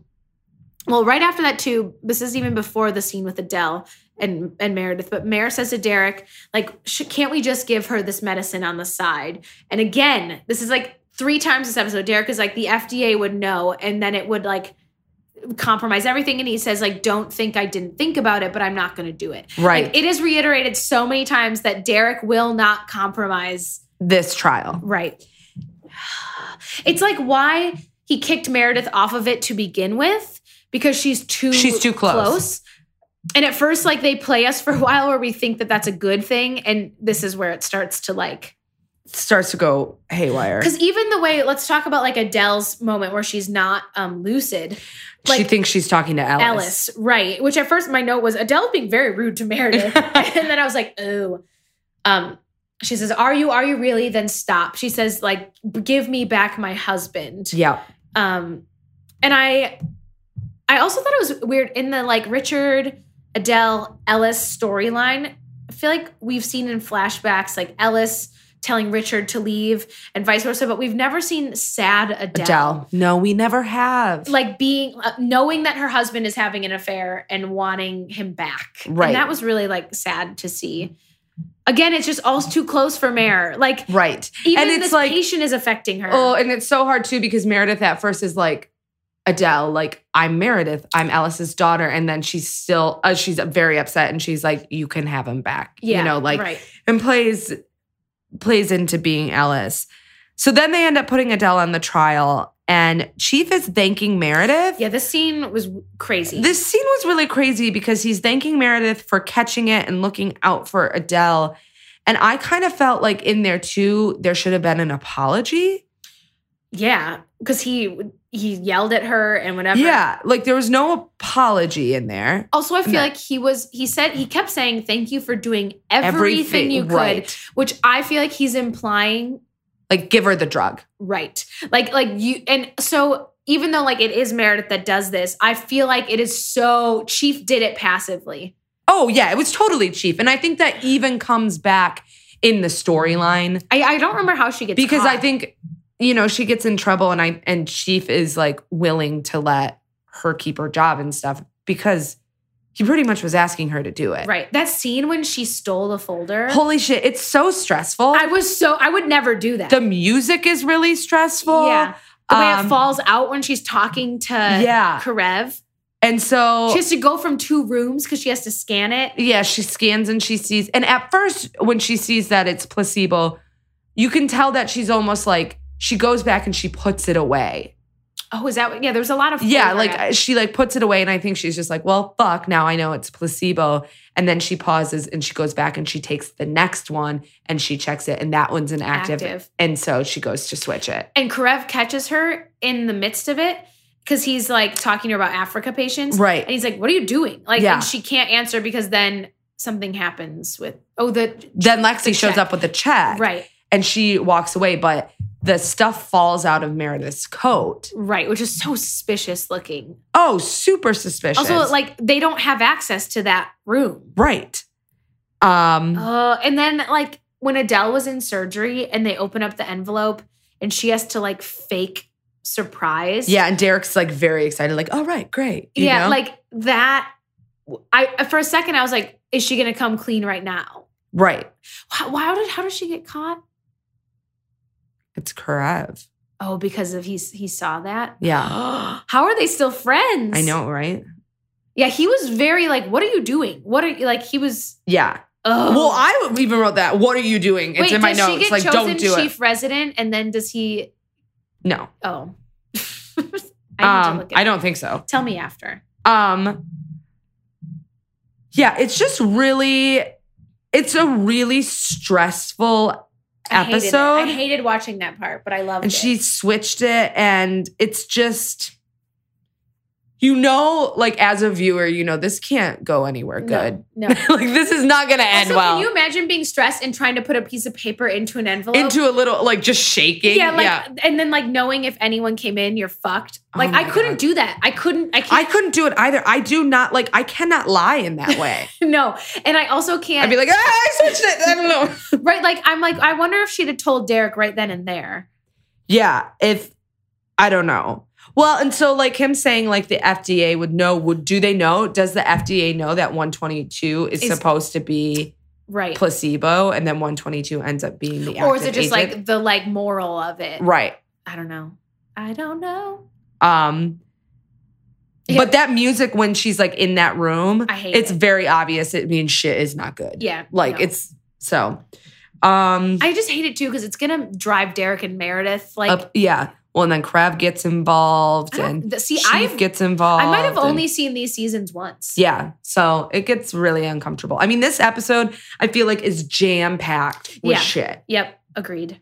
B: well, right after that too. This is even before the scene with Adele and and Meredith. But Mayor says to Derek, like, sh- can't we just give her this medicine on the side? And again, this is like three times this episode. Derek is like, the FDA would know, and then it would like compromise everything. And he says, like, don't think I didn't think about it, but I'm not going to do it.
A: Right.
B: Like, it is reiterated so many times that Derek will not compromise.
A: this trial.
B: Right. It's like why he kicked Meredith off of it to begin with because she's too
A: She's too close.
B: And at first, like they play us for a while where we think that that's a good thing, and this is where it starts to like
A: Starts to go haywire.
B: because even the way let's talk about like Adele's moment where she's not um lucid,
A: she
B: like-
A: thinks she's talking to Alice.
B: Ellis, right? Which at first my note was Adele being very rude to Meredith, and then I was like, oh. Um, she says, "Are you? Are you really?" Then stop. She says, "Like, give me back my husband."
A: Yeah.
B: Um, and I, I also thought it was weird in the like Richard, Adele, Ellis storyline. I feel like we've seen in flashbacks like Ellis telling Richard to leave and vice versa, but we've never seen sad Adele,
A: Adele. No, we never have.
B: like being uh, knowing that her husband is having an affair and wanting him back.
A: Right.
B: and that was really like sad to see. Again, it's just all too close for Mare. Like
A: right.
B: even
A: And it's
B: this
A: like-
B: patient is affecting her.
A: Oh, and it's so hard too because Meredith at first is like Adele, like I'm Meredith, I'm Alice's daughter, and then she's still uh, she's very upset and she's like, you can have him back, you know, like
B: right.
A: and plays plays into being Alice. So then they end up putting Adele on the trial, and Chief is thanking Meredith.
B: Yeah, this scene was crazy.
A: This scene was really crazy because he's thanking Meredith for catching it and looking out for Adele. And I kind of felt like in there too, there should have been an apology.
B: yeah, because he he yelled at her and whatever.
A: Yeah, like there was no apology in there.
B: Also, I feel
A: No.
B: like he was he said he kept saying thank you for doing everything, you could,
A: right.
B: which I feel like he's implying
A: Like give her the drug.
B: right. Like like you and so even though like it is Meredith that does this, I feel like it is so Chief did it passively.
A: Oh yeah, it was totally cheap, and I think that even comes back in the storyline.
B: I, I don't remember how she gets
A: because I
B: caught.
A: think you know she gets in trouble, and I and Chief is like willing to let her keep her job and stuff because he pretty much was asking her to do it.
B: right that scene when she stole the folder.
A: Holy shit, it's so stressful.
B: I was so I would never do that.
A: the music is really stressful.
B: yeah, the way
A: Um,
B: it falls out when she's talking to
A: Yeah. Oh.
B: Karev.
A: and so
B: She has to go from two rooms because she has to scan it.
A: yeah, she scans and she sees. And at first, when she sees that it's placebo, you can tell that she's almost like she goes back and she puts it away.
B: Oh, is that what- yeah? There's a lot of
A: yeah
B: flavor
A: like
B: in
A: uh,
B: it.
A: she like puts it away and i think she's just like well fuck now i know it's placebo and then she pauses and she goes back and she takes the next one and she checks it and that one's inactive
B: Active.
A: and so she goes to switch it
B: and Karev catches her in the midst of it because he's like talking to her about Africa patients,
A: Right.
B: And he's like, "What are you doing?" Like,
A: Yeah.
B: and she can't answer because then something happens with oh the
A: then lexi
B: The
A: shows
B: check.
A: up with a check
B: right
A: and she walks away but the stuff falls out of meredith's coat
B: right, which is so suspicious looking.
A: oh super suspicious
B: Also, like they don't have access to that room.
A: right um
B: Uh, and then like when Adele was in surgery and they open up the envelope and she has to like fake surprise.
A: yeah and derek's like very excited like all right great you
B: yeah,
A: know?
B: like that. I for a second I was like, is she gonna come clean right now?
A: right
B: How, how did how did she get caught?
A: it's Karev.
B: Oh, because of he's he saw that.
A: yeah
B: how are they still friends?
A: i know right
B: Yeah, he was very like, what are you doing? What are you like? He was.
A: yeah
B: Ugh.
A: Well, I even wrote that. What are you doing? It's
B: Oh. Wait,
A: in my
B: does she
A: notes.
B: get
A: Like,
B: chosen
A: don't do
B: chief
A: it.
B: resident, and then does he?
A: No,
B: Oh, I need to
A: um,
B: look at
A: I
B: it.
A: don't think so.
B: Tell me after.
A: Um, yeah, it's just really, it's a really stressful episode,
B: I hated, it. I hated watching that part, but I loved
A: and
B: it.
A: she switched it, and it's just, you know, like as a viewer, you know, this can't go anywhere good.
B: No. no.
A: like this is not going to end
B: also,
A: well.
B: can you imagine being stressed and trying to put a piece of paper into an envelope?
A: Into a little like just shaking.
B: yeah, like, and then like knowing if anyone came in, you're fucked.
A: Oh
B: Like,
A: my
B: I couldn't
A: God.
B: do that. I couldn't. I
A: I
B: can't.
A: couldn't do it either. I do not like. I cannot lie in that way.
B: no, and I also can't.
A: I'd be like, ah, I switched it. I don't know.
B: right? Like, I'm like, I wonder if she'd have told Derek right then and there.
A: Yeah, if I don't know. Well, and so like him saying like the FDA would know. Would do they know? Does the FDA know that 122 is,
B: Is-
A: supposed to be
B: Right.
A: placebo, and then 122 ends up being the active
B: or is it just
A: agent?
B: like the like moral of it?
A: right?
B: I don't know. I don't know.
A: Um.
B: Yeah.
A: But that music when she's like in that room,
B: I hate
A: it's
B: it.
A: very obvious. It means shit is not good.
B: Yeah.
A: Like
B: no.
A: it's so. Um.
B: I just hate it too because it's gonna drive Derek and Meredith like.
A: up, yeah. Well, and then Crab gets involved,
B: I don't-
A: and
B: th- see,
A: Chief
B: I've-
A: gets involved.
B: I might have
A: and-
B: only seen these seasons once.
A: yeah. So it gets really uncomfortable. I mean, this episode I feel like is jam packed with
B: Yeah.
A: shit,
B: Yep. Agreed.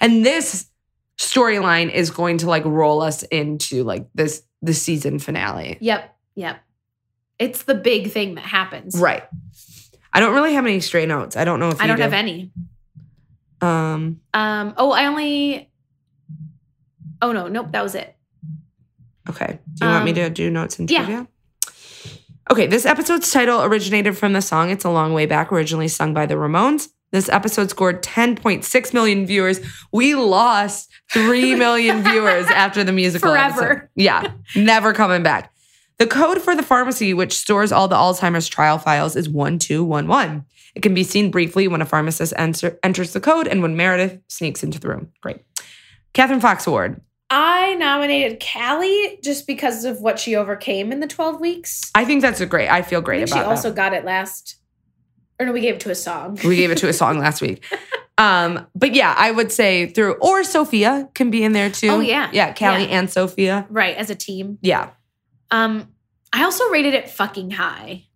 A: and this storyline is going to like roll us into like this the season finale,
B: Yep. Yep. It's the big thing that happens.
A: right? I don't really have any stray notes. I don't know if
B: I
A: you
B: don't
A: do.
B: have any.
A: Um.
B: Um. Oh, I only. Oh no! Nope. That was it.
A: Okay. Do you want me
B: Um,
A: to do notes and
B: yeah.
A: trivia? Okay, this episode's title originated from the song It's a Long Way Back, originally sung by the Ramones. This episode scored 10.6 million viewers. We lost 3 million viewers after the musical.
B: Forever.
A: episode. Yeah, never coming back. The code for the pharmacy, which stores all the Alzheimer's trial files, is 1211. It can be seen briefly when a pharmacist enter- enters the code and when Meredith sneaks into the room. Great. Catherine Fox Award.
B: I nominated Callie just because of what she overcame in the 12 weeks.
A: I think that's a great. I feel
B: I
A: great
B: think she
A: about that.
B: also got it last. Or no, we gave it to a song.
A: We gave it to a song last week. Um, but yeah, I would say through or Sophia can be in there too.
B: Oh, yeah.
A: Yeah, Callie and Sophia.
B: right, as a team.
A: Yeah.
B: Um, I also rated it fucking high.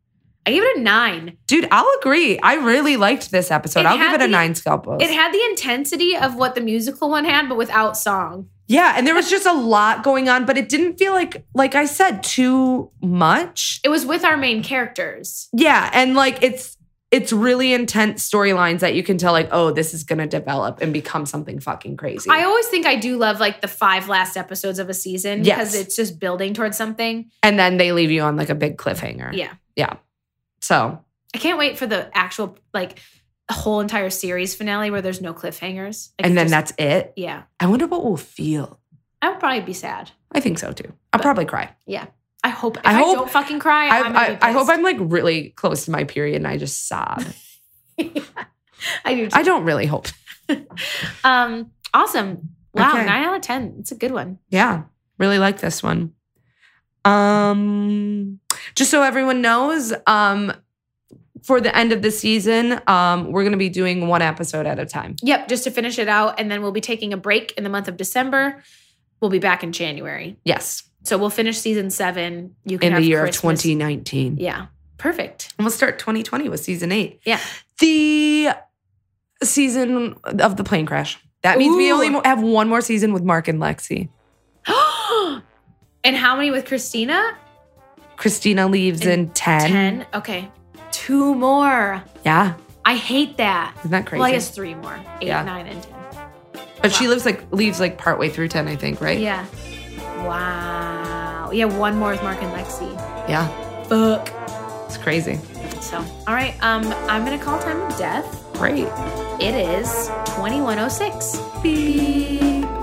B: I gave it a nine.
A: Dude, I'll agree. I really liked this episode.
B: It
A: I'll give
B: had
A: it a
B: the-
A: nine scalpels.
B: It had the intensity of what the musical one had, but without song.
A: Yeah, and there was just a lot going on, but it didn't feel like, like I said, too much.
B: It was with our main characters.
A: Yeah, and like it's it's really intense storylines that you can tell, like, oh, this is gonna develop and become something fucking crazy.
B: I always think I do love like the five last episodes of a season because
A: Yes.
B: it's just building towards something.
A: and then they leave you on like a big cliffhanger.
B: Yeah.
A: So
B: I can't wait for the actual like whole entire series finale where there's no cliffhangers. Like,
A: and then
B: it's just-
A: that's it.
B: yeah.
A: I wonder what we'll feel.
B: I would probably be sad.
A: I think so too. I'll
B: But-
A: probably cry.
B: I hope if
A: I
B: I,
A: hope-
B: don't fucking cry. I,
A: I,
B: am
A: I, I hope I'm like really close to my period and I just sob.
B: I do. Too.
A: I don't really hope.
B: um. Awesome. Wow.
A: Okay.
B: Nine out of ten. It's a good one.
A: Yeah, really like this one. Um, just so everyone knows, um, for the end of the season, um, we're gonna be doing one episode at a time.
B: Yep. Just to finish it out, and then we'll be taking a break in the month of December. We'll be back in January,
A: Yes,
B: so we'll finish season seven. You can
A: in the
B: have
A: year
B: Christmas.
A: of 2019.
B: Yeah. Perfect.
A: And we'll start 2020 with season eight.
B: Yeah.
A: The season of the plane crash. That means we
B: Ooh.
A: only have one more season with Mark and Lexi.
B: and how many with Christina?
A: Christina leaves in,
B: In
A: 10.
B: Ten. Okay. Two more.
A: Yeah.
B: I hate that.
A: Isn't that crazy?
B: Well, I guess three more. Eight,
A: Yeah.
B: nine, and ten.
A: but she lives like leaves like partway through 10, I think, right?
B: Yeah. Wow. Yeah, one more with Mark and Lexi.
A: Yeah.
B: Fuck.
A: It's crazy.
B: So, all right. Um, I'm gonna call time of death.
A: Great.
B: oh It is 2106. Beep.